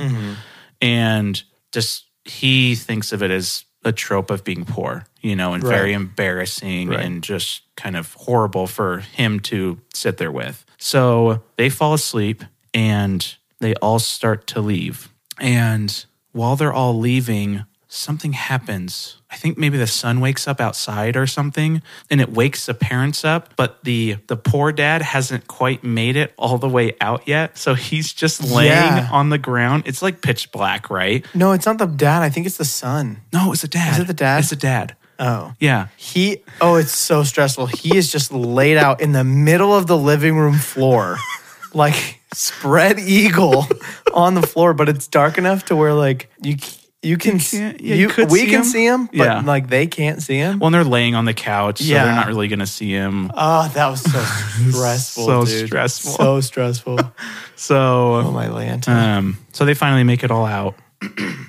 Speaker 2: and just he thinks of it as a trope of being poor you know and very embarrassing and just kind of horrible for him to sit there with. So they fall asleep and they all start to leave. And while they're all leaving, something happens. I think maybe the son wakes up outside or something and it wakes the parents up, but the the poor dad hasn't quite made it all the way out yet. So he's just laying
Speaker 1: Yeah.
Speaker 2: on the ground. It's like pitch black, right?
Speaker 1: No, it's not the dad. I think it's the son.
Speaker 2: No, it's a dad.
Speaker 1: Is it the dad?
Speaker 2: It's a dad.
Speaker 1: Oh.
Speaker 2: Yeah.
Speaker 1: He oh, it's so stressful. He is just laid out in the middle of the living room floor, <laughs> like spread eagle <laughs> on the floor. But it's dark enough to where like you c- you can s-
Speaker 2: can't- yeah,
Speaker 1: you,
Speaker 2: you could
Speaker 1: we
Speaker 2: see
Speaker 1: can
Speaker 2: him.
Speaker 1: see him, but
Speaker 2: Yeah.
Speaker 1: like they can't see him.
Speaker 2: Well, and they're laying on the couch, so
Speaker 1: Yeah.
Speaker 2: they're not really going to see him.
Speaker 1: oh, that was
Speaker 2: <laughs>
Speaker 1: so stressful.
Speaker 2: So
Speaker 1: dude.
Speaker 2: stressful.
Speaker 1: So
Speaker 2: <laughs>
Speaker 1: stressful.
Speaker 2: So
Speaker 1: Oh my lanta.
Speaker 2: Um, so they finally make it all out, <clears throat>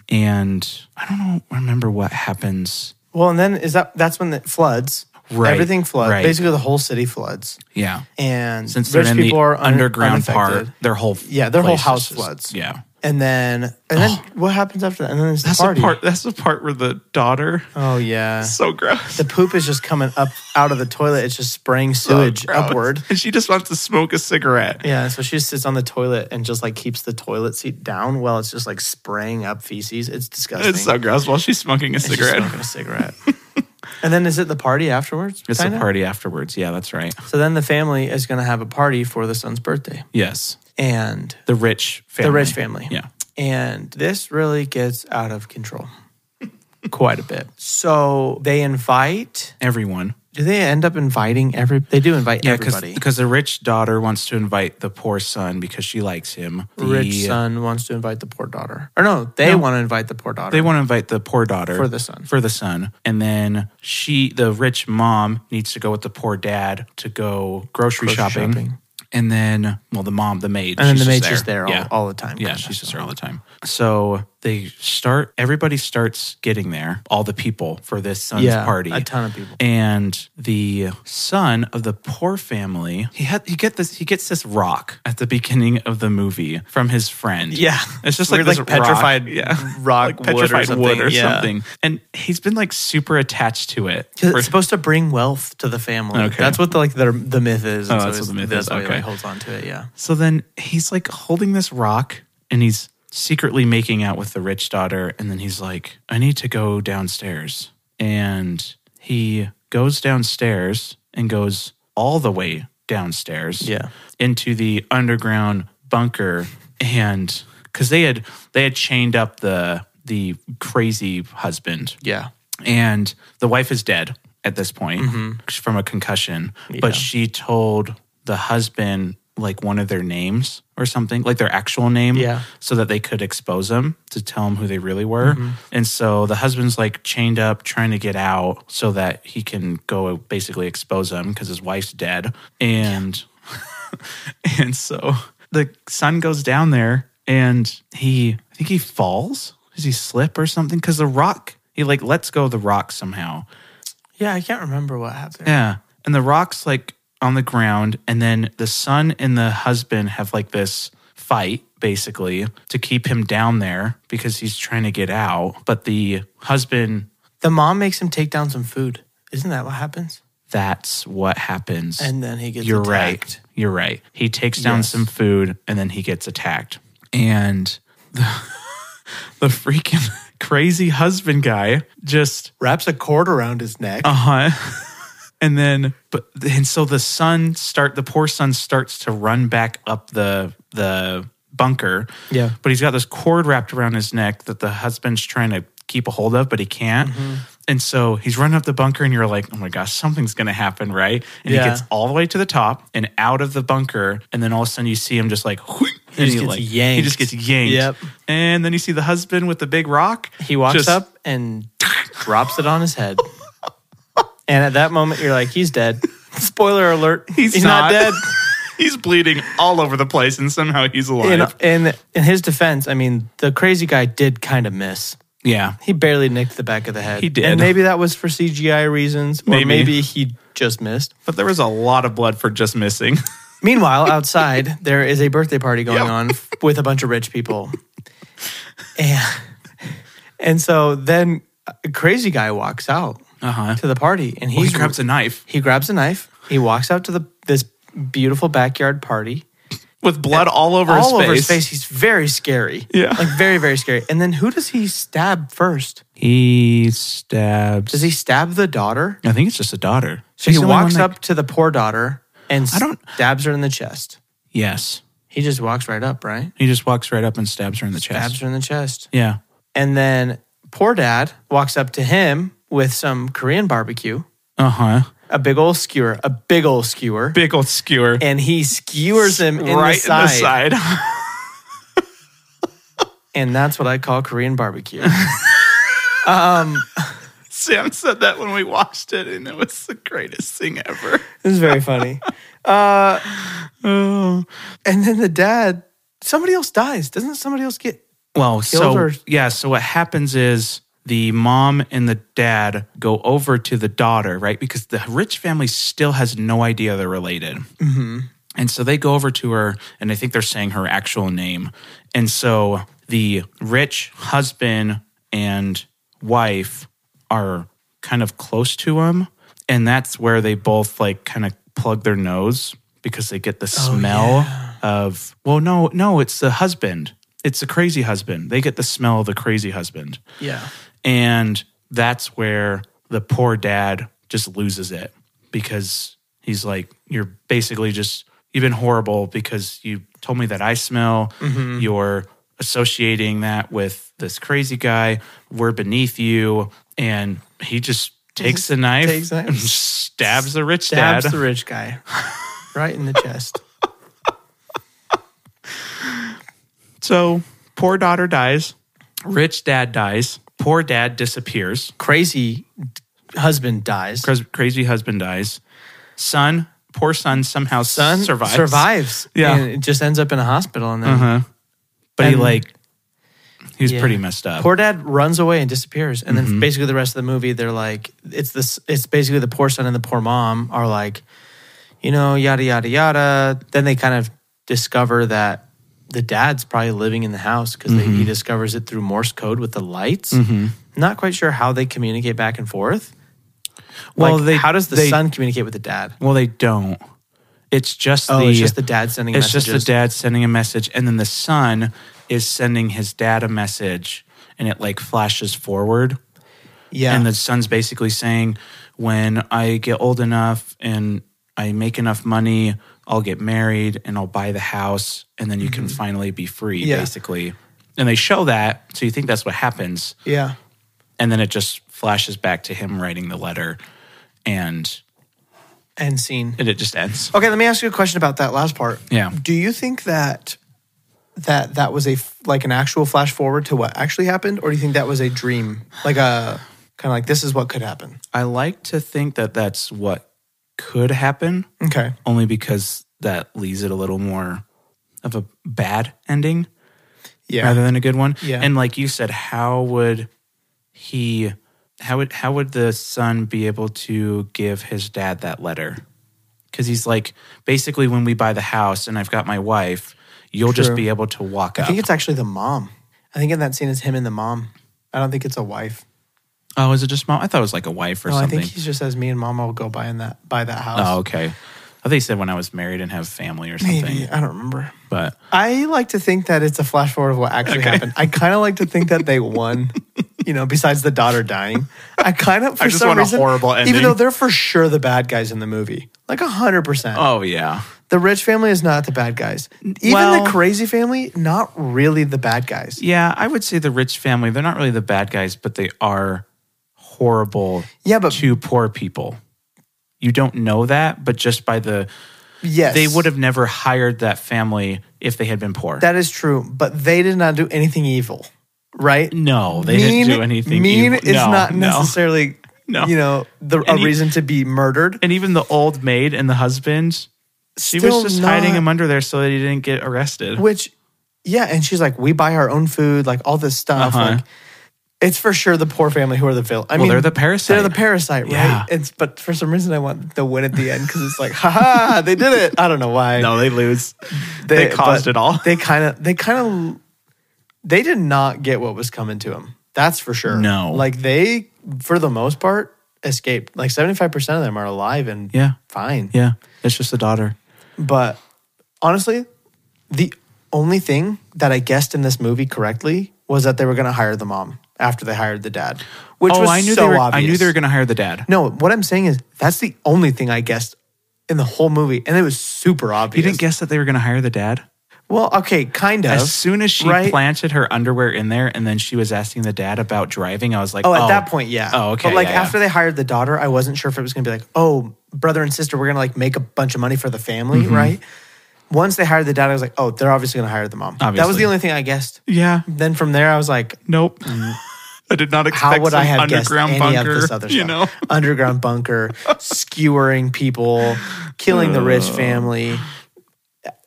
Speaker 2: and I don't know, remember what happens.
Speaker 1: well, and then is that that's when it floods.
Speaker 2: Right,
Speaker 1: Everything floods.
Speaker 2: right.
Speaker 1: Basically, the whole city floods.
Speaker 2: Yeah,
Speaker 1: And
Speaker 2: since they're
Speaker 1: rich
Speaker 2: in the
Speaker 1: people are un-
Speaker 2: underground
Speaker 1: unaffected.
Speaker 2: part, their whole
Speaker 1: Yeah, their whole
Speaker 2: place is
Speaker 1: house
Speaker 2: just-
Speaker 1: floods.
Speaker 2: Yeah,
Speaker 1: And then, and then what happens after that? And then it's
Speaker 2: Oh. that's
Speaker 1: the
Speaker 2: the
Speaker 1: party.
Speaker 2: part. That's the part where the
Speaker 1: <laughs>
Speaker 2: daughter.
Speaker 1: Oh yeah,
Speaker 2: So gross.
Speaker 1: the poop is just coming up out of the toilet. It's just spraying sewage
Speaker 2: Gross.
Speaker 1: upward.
Speaker 2: and <laughs> she just wants to smoke a cigarette.
Speaker 1: Yeah, so she just sits on the toilet and just like keeps the toilet seat down while it's just like spraying up feces. It's disgusting.
Speaker 2: It's so gross. While she's smoking a
Speaker 1: She's
Speaker 2: cigarette,
Speaker 1: smoking a cigarette. and then is it the party afterwards?
Speaker 2: it's a
Speaker 1: kinda?
Speaker 2: party afterwards. Yeah, that's right.
Speaker 1: So then the family is going to have a party for the son's birthday,
Speaker 2: Yes,
Speaker 1: and
Speaker 2: the rich family.
Speaker 1: the rich family.
Speaker 2: Yeah.
Speaker 1: And this really gets out of control quite a bit. So they invite
Speaker 2: Everyone.
Speaker 1: Do they end up inviting every? They do invite
Speaker 2: Yeah,
Speaker 1: everybody.
Speaker 2: because the rich daughter wants to invite the poor son because she likes him. The
Speaker 1: Rich son wants to invite the poor daughter, or no, they want to invite the poor daughter.
Speaker 2: They want to invite the poor daughter
Speaker 1: For the son.
Speaker 2: For the son, and then she, the rich mom, needs to go with the poor dad to go grocery, shopping.
Speaker 1: shopping.
Speaker 2: And then, well, the mom, the maid,
Speaker 1: and then
Speaker 2: she's
Speaker 1: the maid's
Speaker 2: just
Speaker 1: just there all,
Speaker 2: Yeah.
Speaker 1: all the time.
Speaker 2: yeah,
Speaker 1: kinda.
Speaker 2: she's just there all the time. So they start. Everybody starts getting there. All the people for this son's
Speaker 1: Yeah,
Speaker 2: party.
Speaker 1: a ton of people.
Speaker 2: And the son of the poor family, he had he get this he gets this rock at the beginning of the movie from his friend.
Speaker 1: Yeah.
Speaker 2: it's just
Speaker 1: Weird,
Speaker 2: like this
Speaker 1: like,
Speaker 2: rock-
Speaker 1: petrified <laughs> rock
Speaker 2: like
Speaker 1: wood or
Speaker 2: petrified
Speaker 1: something, yeah.
Speaker 2: something. And he's been like super attached to it.
Speaker 1: 'Cause
Speaker 2: for-
Speaker 1: It's supposed to bring wealth to the family.
Speaker 2: Okay.
Speaker 1: That's what the, like the, the myth is. And
Speaker 2: Oh, that's what the myth
Speaker 1: that's
Speaker 2: is,
Speaker 1: why he,
Speaker 2: okay.
Speaker 1: like, holds on to it. Yeah.
Speaker 2: So then he's like holding this rock and he's secretly making out with the rich daughter. And then he's like, I need to go downstairs. And he goes downstairs and goes all the way downstairs
Speaker 1: Yeah.
Speaker 2: into the underground bunker. And because they had they had chained up the the crazy husband
Speaker 1: Yeah.
Speaker 2: and the wife is dead at this point from a concussion but she told the husband like one of their names or something like their actual name
Speaker 1: Yeah.
Speaker 2: so that they could expose them to tell them who they really were and so the husband's like chained up trying to get out so that he can go basically expose them because his wife's dead and <laughs> and so the son goes down there and he, I think he falls. Does he slip or something? Because the rock, he like lets go of the rock somehow.
Speaker 1: Yeah. I can't remember what happened.
Speaker 2: Yeah. And the rock's like on the ground. And then the son and the husband have like this fight basically to keep him down there because he's trying to get out. But the husband,
Speaker 1: The mom makes him take down some food. Isn't that what happens?
Speaker 2: that's what happens.
Speaker 1: And then he gets
Speaker 2: You're
Speaker 1: attacked.
Speaker 2: right. You're right. He takes down
Speaker 1: Yes.
Speaker 2: some food and then he gets attacked. And <laughs> the, the freaking <laughs> crazy husband guy just
Speaker 1: Wraps a cord around his neck.
Speaker 2: uh-huh. <laughs> And then but and so the son start the poor son starts to run back up the the bunker.
Speaker 1: Yeah.
Speaker 2: But he's got this cord wrapped around his neck that the husband's trying to keep a hold of, but he can't.
Speaker 1: Mm-hmm.
Speaker 2: And so he's running up the bunker and you're like, oh my gosh, something's gonna happen, right? And
Speaker 1: Yeah.
Speaker 2: he gets all the way to the top and out of the bunker, and then all of a sudden you see him just like <laughs> whoink, and
Speaker 1: just
Speaker 2: he,
Speaker 1: gets
Speaker 2: like, He
Speaker 1: yanked.
Speaker 2: just gets yanked.
Speaker 1: Yep.
Speaker 2: And then you see the husband with the big rock.
Speaker 1: He walks
Speaker 2: just-
Speaker 1: up and drops it on his head. And at that moment, you're like, he's dead. Spoiler alert.
Speaker 2: <laughs> He's not.
Speaker 1: dead.
Speaker 2: He's bleeding all over the place, and somehow he's alive.
Speaker 1: In, in, in his defense, I mean, the crazy guy did kind of miss.
Speaker 2: yeah,
Speaker 1: He barely nicked the back of the head.
Speaker 2: He did.
Speaker 1: And maybe that was for CGI reasons, or maybe,
Speaker 2: Maybe.
Speaker 1: he just missed.
Speaker 2: but there was a lot of blood for just missing.
Speaker 1: Meanwhile, outside, there is a birthday party going
Speaker 2: Yep.
Speaker 1: on f- with a bunch of rich people. And, and so then a crazy guy walks out
Speaker 2: Uh huh.
Speaker 1: to the party and
Speaker 2: <laughs> He
Speaker 1: he's
Speaker 2: grabs a knife.
Speaker 1: He grabs a knife. He walks out to the this beautiful backyard party.
Speaker 2: with blood all over his
Speaker 1: all
Speaker 2: face.
Speaker 1: over his face. He's very scary.
Speaker 2: Yeah.
Speaker 1: Like very, very scary. And then who does he stab first?
Speaker 2: He stabs.
Speaker 1: Does he stab the daughter?
Speaker 2: I think it's just a daughter.
Speaker 1: So
Speaker 2: She's
Speaker 1: he
Speaker 2: the only one
Speaker 1: walks
Speaker 2: that-
Speaker 1: up to the poor daughter and
Speaker 2: I don't-
Speaker 1: stabs her in the chest.
Speaker 2: Yes,
Speaker 1: He just walks right up, right?
Speaker 2: he just walks right up and stabs her in the
Speaker 1: Stabs
Speaker 2: chest.
Speaker 1: her in the chest.
Speaker 2: Yeah,
Speaker 1: And then poor dad walks up to him with some Korean barbecue,
Speaker 2: uh huh.
Speaker 1: a big old skewer, a big old skewer,
Speaker 2: Big old skewer
Speaker 1: and he skewers him in,
Speaker 2: right
Speaker 1: the side,
Speaker 2: in the side. <laughs>
Speaker 1: And that's what I call Korean barbecue.
Speaker 2: Sam said that when we watched it, and it was the greatest thing ever.
Speaker 1: This is very funny. Uh, <laughs>
Speaker 2: Oh.
Speaker 1: and then the dad, somebody else dies. Doesn't somebody else get?
Speaker 2: Well, so
Speaker 1: or-
Speaker 2: yeah, so what happens is the mom and the dad go over to the daughter, right? Because the rich family still has no idea they're related. Mm-hmm. And so they go over to her, and I think they're saying her actual name. And so the rich husband and wife are kind of close to him, and that's where they both like kind of plug their nose because they get the smell of well, no, no, it's the husband. It's the crazy husband. They get the smell of the crazy husband.
Speaker 1: Yeah.
Speaker 2: And that's where the poor dad just loses it because he's like, You're basically just, you've been horrible because you told me that I smell.
Speaker 1: Mm-hmm.
Speaker 2: You're associating that with this crazy guy. We're beneath you. And he just takes the knife
Speaker 1: takes the knife.
Speaker 2: and stabs the rich
Speaker 1: Stabs
Speaker 2: dad.
Speaker 1: the rich guy right in the chest.
Speaker 2: so poor daughter dies. Rich dad dies. Poor dad disappears.
Speaker 1: Crazy husband dies.
Speaker 2: Cra- Crazy husband dies. Son, poor son somehow
Speaker 1: Son
Speaker 2: survives.
Speaker 1: Survives.
Speaker 2: Yeah.
Speaker 1: And it just ends up in a hospital. And then
Speaker 2: But he
Speaker 1: And-
Speaker 2: like he was
Speaker 1: Yeah.
Speaker 2: pretty messed up.
Speaker 1: poor dad runs away and disappears. And then basically the rest of the movie, they're like, it's this. It's basically the poor son and the poor mom are like, you know, yada yada yada. Then they kind of discover that the dad's probably living in the house because he discovers it through Morse code with the lights. Not quite sure how they communicate back and forth. Well,
Speaker 2: Well, they-
Speaker 1: how does the
Speaker 2: they-
Speaker 1: son communicate with the dad?
Speaker 2: well, they don't. It's just
Speaker 1: Oh,
Speaker 2: the
Speaker 1: it's just the dad sending.
Speaker 2: it's just the
Speaker 1: messages.
Speaker 2: dad sending a message, and then the son is sending his dad a message, and it like flashes forward,
Speaker 1: Yeah,
Speaker 2: and the son's basically saying, "When I get old enough and I make enough money, I'll get married and I'll buy the house, and then you can finally be free."
Speaker 1: Mm-hmm. Yeah.
Speaker 2: Basically, and they show that, so you think that's what happens.
Speaker 1: yeah.
Speaker 2: and then it just flashes back to him writing the letter and
Speaker 1: End scene.
Speaker 2: and it just ends
Speaker 1: Okay, let me ask you a question about that last part.
Speaker 2: Yeah.
Speaker 1: Do you think that that that was a f- like an actual flash forward to what actually happened, or do you think that was a dream, like a kind of like this is what could happen?
Speaker 2: i like to think that that's what could happen
Speaker 1: Okay.
Speaker 2: only because that leaves it a little more of a bad ending
Speaker 1: Yeah.
Speaker 2: rather than a good one
Speaker 1: Yeah.
Speaker 2: and like you said how would he how would how would the son be able to give his dad that letter because he's like basically when we buy the house and i've got my wife you'll just
Speaker 1: True.
Speaker 2: be able to walk
Speaker 1: I
Speaker 2: up
Speaker 1: think it's actually the mom. I think in that scene it's him and the mom. I don't think it's a wife.
Speaker 2: oh is it just mom i thought it was like a wife or
Speaker 1: No, Oh, I
Speaker 2: something
Speaker 1: think he just says me and mama will go buy in that buy that house.
Speaker 2: Oh, okay. I thought they said when I was married and have family or something.
Speaker 1: Maybe I don't remember.
Speaker 2: But
Speaker 1: I like to think that it's a flash forward of what actually happened. I kind of like to think that they
Speaker 2: <laughs>
Speaker 1: won. You know, besides the daughter dying, I kind of for
Speaker 2: just
Speaker 1: some
Speaker 2: want a
Speaker 1: reason,
Speaker 2: horrible ending.
Speaker 1: even though they're for sure the bad guys in the movie, like hundred percent.
Speaker 2: oh yeah,
Speaker 1: The rich family is not the bad guys. Even
Speaker 2: well-
Speaker 1: the crazy family, not really the bad guys.
Speaker 2: yeah. I would say the rich family. They're not really the bad guys, but they are horrible.
Speaker 1: Yeah, but-
Speaker 2: to poor people. You don't know that, but just by the
Speaker 1: Yes,
Speaker 2: they would have never hired that family if they had been poor.
Speaker 1: That is true, but they did not do anything evil, right?
Speaker 2: no, they
Speaker 1: mean,
Speaker 2: didn't do anything.
Speaker 1: Mean
Speaker 2: evil.
Speaker 1: is
Speaker 2: No,
Speaker 1: not
Speaker 2: no.
Speaker 1: necessarily,
Speaker 2: No.
Speaker 1: you know, the, a
Speaker 2: And you-
Speaker 1: reason to be murdered.
Speaker 2: And even the old maid and the husband, she was
Speaker 1: Still
Speaker 2: just hiding
Speaker 1: not-
Speaker 2: him under there so that he didn't get arrested.
Speaker 1: Which, yeah, and she's like, we buy our own food, like all this stuff.
Speaker 2: Uh-huh.
Speaker 1: Like, it's for sure the poor family who are the villain. I mean,
Speaker 2: they're the parasite.
Speaker 1: They're the parasite, right?
Speaker 2: Yeah.
Speaker 1: It's but for some reason I want the win at the end because it's like, ha ha, they did it. I don't know why.
Speaker 2: no, they lose. they
Speaker 1: but
Speaker 2: caused it all.
Speaker 1: They kind of, they kind of, they did not get what was coming to them. That's for sure.
Speaker 2: No.
Speaker 1: like they, for the most part, escaped. Like seventy five percent of them are alive and
Speaker 2: Yeah.
Speaker 1: fine.
Speaker 2: Yeah, it's just the daughter.
Speaker 1: But honestly, The only thing that I guessed in this movie correctly was that they were going to hire the mom after they hired the dad, which
Speaker 2: oh,
Speaker 1: was
Speaker 2: I knew
Speaker 1: so
Speaker 2: they were,
Speaker 1: obvious.
Speaker 2: I knew they were going to hire the dad.
Speaker 1: No, what I'm saying is that's the only thing I guessed in the whole movie, and it was super obvious.
Speaker 2: You didn't guess that they were going to hire the dad?
Speaker 1: Well, okay, kind of.
Speaker 2: As soon as she
Speaker 1: right?
Speaker 2: planted her underwear in there and then she was asking the dad about driving, I was like,
Speaker 1: Oh, at that point, yeah.
Speaker 2: Oh, okay.
Speaker 1: But like
Speaker 2: yeah, yeah.
Speaker 1: after they hired the daughter, I wasn't sure if it was going to be like, oh, brother and sister, we're going to like make a bunch of money for the family,
Speaker 2: Mm-hmm.
Speaker 1: right? Once they hired the dad, I was like, oh, they're obviously going to hire the mom. That was
Speaker 2: Obviously.
Speaker 1: the only thing I guessed.
Speaker 2: Yeah.
Speaker 1: Then from there, I was like,
Speaker 2: Nope. <laughs> I did not expect
Speaker 1: Mm. how would
Speaker 2: some
Speaker 1: I have guessed
Speaker 2: underground
Speaker 1: any
Speaker 2: bunker,
Speaker 1: of this other stuff?
Speaker 2: <laughs> You know?
Speaker 1: underground bunker, skewering people, killing the rich family,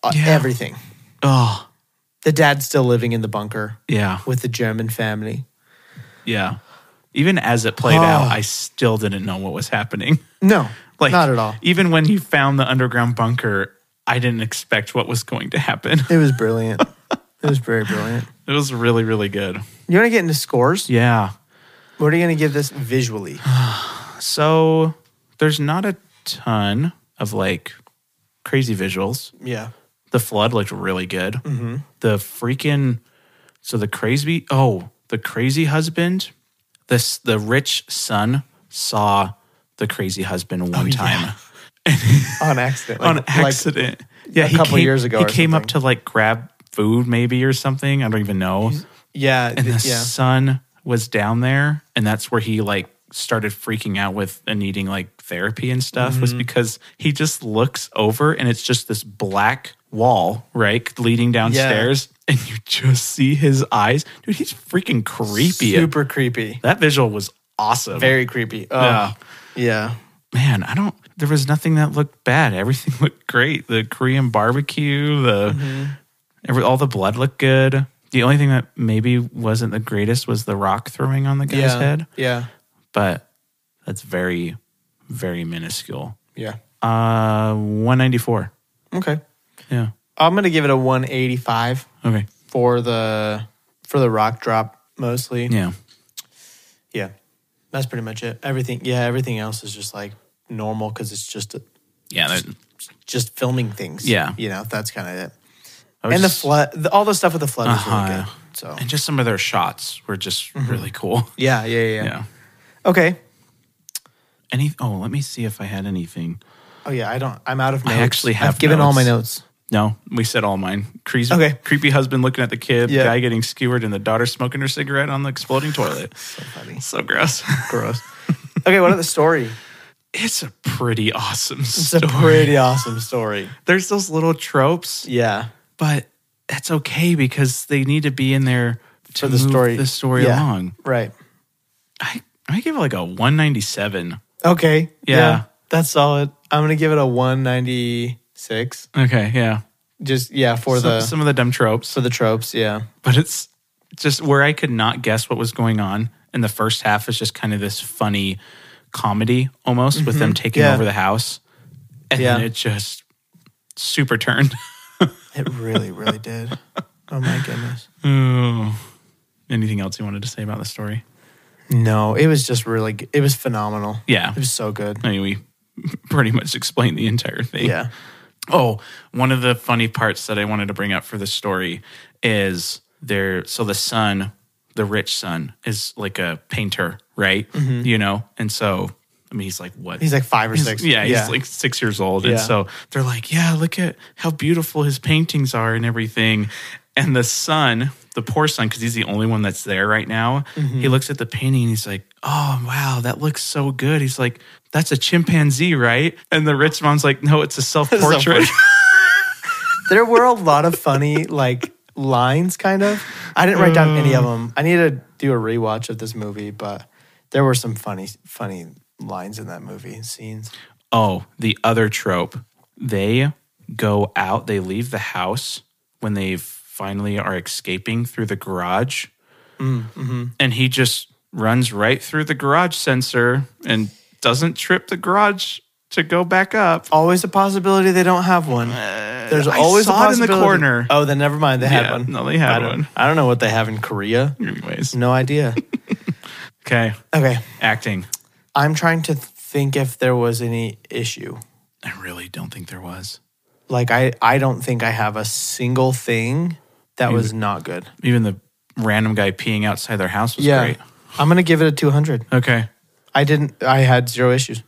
Speaker 1: uh,
Speaker 2: Yeah.
Speaker 1: everything.
Speaker 2: Oh,
Speaker 1: The dad's still living in the bunker
Speaker 2: yeah.
Speaker 1: with the German family.
Speaker 2: Yeah. Even as it played
Speaker 1: Oh. <sighs>
Speaker 2: out, I still didn't know what was happening. <laughs>
Speaker 1: No,
Speaker 2: Like
Speaker 1: not at all.
Speaker 2: Even when you found the underground bunker, I didn't expect what was going to happen. <laughs>
Speaker 1: It was brilliant. it was very brilliant.
Speaker 2: It was really, really good.
Speaker 1: You want to get into scores?
Speaker 2: Yeah.
Speaker 1: What are you going to give this
Speaker 2: <sighs>
Speaker 1: visually?
Speaker 2: So there's not a ton of like crazy visuals.
Speaker 1: Yeah.
Speaker 2: The flood looked really good.
Speaker 1: Mm-hmm.
Speaker 2: The freaking so the crazy oh the crazy husband this the rich son saw the crazy husband one
Speaker 1: <laughs>
Speaker 2: time
Speaker 1: On accident.
Speaker 2: on
Speaker 1: Oh, Like-
Speaker 2: accident. yeah,
Speaker 1: a
Speaker 2: he
Speaker 1: couple
Speaker 2: came,
Speaker 1: years ago
Speaker 2: He
Speaker 1: or
Speaker 2: came up to
Speaker 1: something.
Speaker 2: like grab food maybe or something. I don't even know.
Speaker 1: Like, yeah.
Speaker 2: And the
Speaker 1: th- yeah.
Speaker 2: son was down there, and that's where he like started freaking out with and needing like therapy and stuff
Speaker 1: Mm-hmm.
Speaker 2: was because he just looks over and it's just this black wall, right, leading downstairs, and you just see his eyes. Dude, he's freaking creepy.
Speaker 1: Super creepy.
Speaker 2: that visual was awesome.
Speaker 1: Very creepy. Oh,
Speaker 2: Yeah.
Speaker 1: yeah.
Speaker 2: man, I don't. There was nothing that looked bad. Everything <laughs> looked great. The Korean barbecue, the every, all the blood looked good. The only thing that maybe wasn't the greatest was the rock throwing on the guy's
Speaker 1: Yeah.
Speaker 2: head,
Speaker 1: Yeah.
Speaker 2: but that's very, very minuscule.
Speaker 1: Yeah.
Speaker 2: Uh, one ninety four.
Speaker 1: Okay.
Speaker 2: Yeah.
Speaker 1: I'm going to give it a 185
Speaker 2: Okay.
Speaker 1: for the for the rock drop mostly.
Speaker 2: Yeah.
Speaker 1: Yeah. That's pretty much it. Everything yeah, everything else is just like normal cuz it's just a,
Speaker 2: Yeah. that-
Speaker 1: just filming things.
Speaker 2: Yeah.
Speaker 1: You know, that's kind of it.
Speaker 2: I was
Speaker 1: And the
Speaker 2: just-
Speaker 1: flood the, all the stuff with the flood was really
Speaker 2: Uh-huh.
Speaker 1: good. So
Speaker 2: and just some of their shots were just really cool. <laughs>
Speaker 1: yeah, yeah, yeah, yeah.
Speaker 2: Yeah.
Speaker 1: Okay.
Speaker 2: Any? Oh, let me see if I had anything.
Speaker 1: Oh yeah, I don't. I'm out of notes.
Speaker 2: actually have
Speaker 1: I've given all my notes.
Speaker 2: No, we said all mine. Creasy,
Speaker 1: Okay.
Speaker 2: Creepy husband looking at the kid,
Speaker 1: Yeah.
Speaker 2: guy getting skewered, and the daughter smoking her cigarette on the exploding toilet.
Speaker 1: <laughs> So funny.
Speaker 2: so gross.
Speaker 1: Gross. <laughs> okay, what about the
Speaker 2: <laughs>
Speaker 1: story?
Speaker 2: It's a pretty awesome
Speaker 1: It's a
Speaker 2: story.
Speaker 1: pretty awesome story.
Speaker 2: <laughs> There's those little tropes,
Speaker 1: Yeah.
Speaker 2: but that's okay because they need to be in there to
Speaker 1: For the
Speaker 2: move
Speaker 1: story.
Speaker 2: the story
Speaker 1: Yeah.
Speaker 2: along.
Speaker 1: Right.
Speaker 2: I, I give it like a 197.
Speaker 1: Okay.
Speaker 2: Yeah.
Speaker 1: That's solid. I'm gonna give it a 196.
Speaker 2: Okay, yeah.
Speaker 1: Just yeah for
Speaker 2: some,
Speaker 1: the
Speaker 2: some of the dumb tropes,
Speaker 1: for the tropes. Yeah.
Speaker 2: but it's just where I could not guess what was going on. And the first half is just kind of this funny comedy almost with them taking
Speaker 1: Mm-hmm. Yeah.
Speaker 2: over the house. And then
Speaker 1: Yeah.
Speaker 2: it just
Speaker 1: <laughs>
Speaker 2: super turned.
Speaker 1: It really, really <laughs> did. Oh my goodness.
Speaker 2: Ooh. Anything else you wanted to say about the story?
Speaker 1: No, it was just really. g- It was phenomenal.
Speaker 2: Yeah.
Speaker 1: It was so good.
Speaker 2: I mean, we <laughs> pretty much explained the entire thing.
Speaker 1: Yeah.
Speaker 2: Oh, one of the funny parts that I wanted to bring up for this story is there. So the son, the rich son, is like a painter, right? You know, and so I mean, he's like what?
Speaker 1: He's like five or
Speaker 2: He's-
Speaker 1: six.
Speaker 2: Yeah, he's like six years old, and
Speaker 1: Yeah.
Speaker 2: so they're like, "Yeah, look at how beautiful his paintings are and everything." And the son, the poor son, because he's the only one that's there right now,
Speaker 1: Mm-hmm.
Speaker 2: he looks at the painting and he's like, "Oh wow, that looks so good." He's like, "That's a chimpanzee, right?" And the rich mom's like,
Speaker 1: <laughs>
Speaker 2: "No, it's a self portrait."
Speaker 1: there were a lot of funny like lines kind of i didn't write down any of them i need to do a rewatch of this movie but there were some funny funny lines in that movie and scenes
Speaker 2: Oh, the other trope. They go out, they leave the house when they finally are escaping through the garage. And he just runs right through the garage sensor and doesn't trip the garage to go back up.
Speaker 1: always a possibility they don't have one there's
Speaker 2: Uh, I
Speaker 1: always
Speaker 2: saw
Speaker 1: a
Speaker 2: it in the
Speaker 1: possibility-
Speaker 2: corner.
Speaker 1: oh then never mind they had
Speaker 2: Yeah,
Speaker 1: one
Speaker 2: no, they had
Speaker 1: I don't-
Speaker 2: one.
Speaker 1: i don't know what they have in korea
Speaker 2: Anyways.
Speaker 1: no
Speaker 2: <laughs>
Speaker 1: idea
Speaker 2: Okay.
Speaker 1: okay
Speaker 2: Acting.
Speaker 1: i'm trying to think if there was any issue
Speaker 2: I really don't think there was.
Speaker 1: Like I, I don't think I have a single thing that was not good.
Speaker 2: Even the random guy peeing outside their house was great.
Speaker 1: I'm gonna give it a 200.
Speaker 2: Okay.
Speaker 1: I didn't. I had zero issues.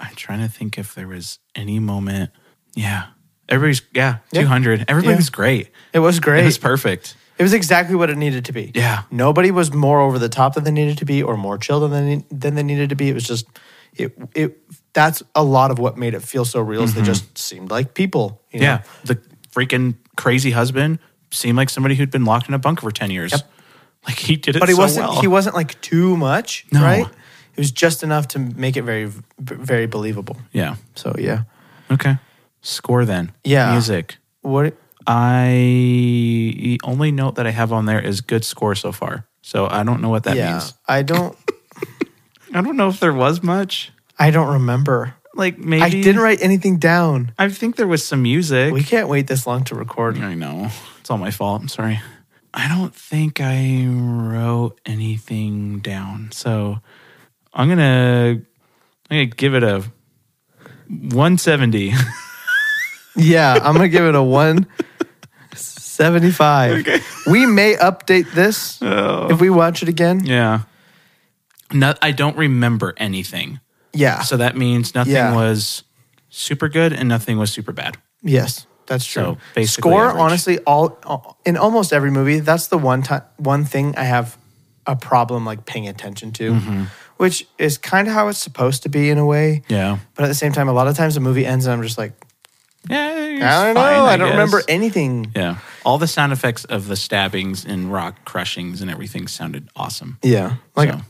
Speaker 2: I'm trying to think if there was any moment. Yeah. Everybody's, yeah, 200. Everybody
Speaker 1: Yeah.
Speaker 2: was great.
Speaker 1: It was great.
Speaker 2: It was perfect.
Speaker 1: exactly what it needed to be.
Speaker 2: Yeah.
Speaker 1: Nobody was more over the top than they needed to be, or more chill than they than they needed to be. It was just it. It that's a lot of what made it feel so real. Is they just seemed like people. you know?
Speaker 2: Mm-hmm. Yeah. The freaking crazy husband seemed like somebody who'd been locked in a bunker for 10 years. Like he did it
Speaker 1: but he
Speaker 2: so
Speaker 1: wasn't.
Speaker 2: well.
Speaker 1: He wasn't like too much.
Speaker 2: No.
Speaker 1: Right. It was just enough to make it very very believable.
Speaker 2: yeah.
Speaker 1: So yeah.
Speaker 2: Okay. Score then.
Speaker 1: Yeah.
Speaker 2: Music.
Speaker 1: What?
Speaker 2: I the only note that I have on there is good score so far. So I don't know what that
Speaker 1: yeah.
Speaker 2: means.
Speaker 1: I don't.
Speaker 2: I don't know if there was much.
Speaker 1: I don't remember.
Speaker 2: Like maybe
Speaker 1: I didn't write anything down.
Speaker 2: I think there was some music.
Speaker 1: We can't wait this long to record.
Speaker 2: I know. It's all my fault. I'm sorry. I don't think I wrote anything down. So I'm gonna I'm gonna give it a <laughs> 170.
Speaker 1: Yeah, I'm gonna give it a one seventy-five. We may update this if we watch it again. Yeah,
Speaker 2: Oh. yeah. No, I don't remember anything. So that means nothing
Speaker 1: Yeah.
Speaker 2: was super good and nothing was super bad.
Speaker 1: yes, that's true.
Speaker 2: So, basically
Speaker 1: Score,
Speaker 2: average.
Speaker 1: honestly, all, all in almost every movie. That's the one time, one thing I have a problem like paying attention to, which is kind of how it's supposed to be in a way.
Speaker 2: Mm-hmm. Yeah.
Speaker 1: But at the same time, a lot of times the movie ends and I'm just like,
Speaker 2: Yeah.
Speaker 1: I don't know, I, don't remember anything.
Speaker 2: Yeah. All the sound effects of the stabbings and rock crushings and everything sounded awesome.
Speaker 1: Yeah. Like,
Speaker 2: So-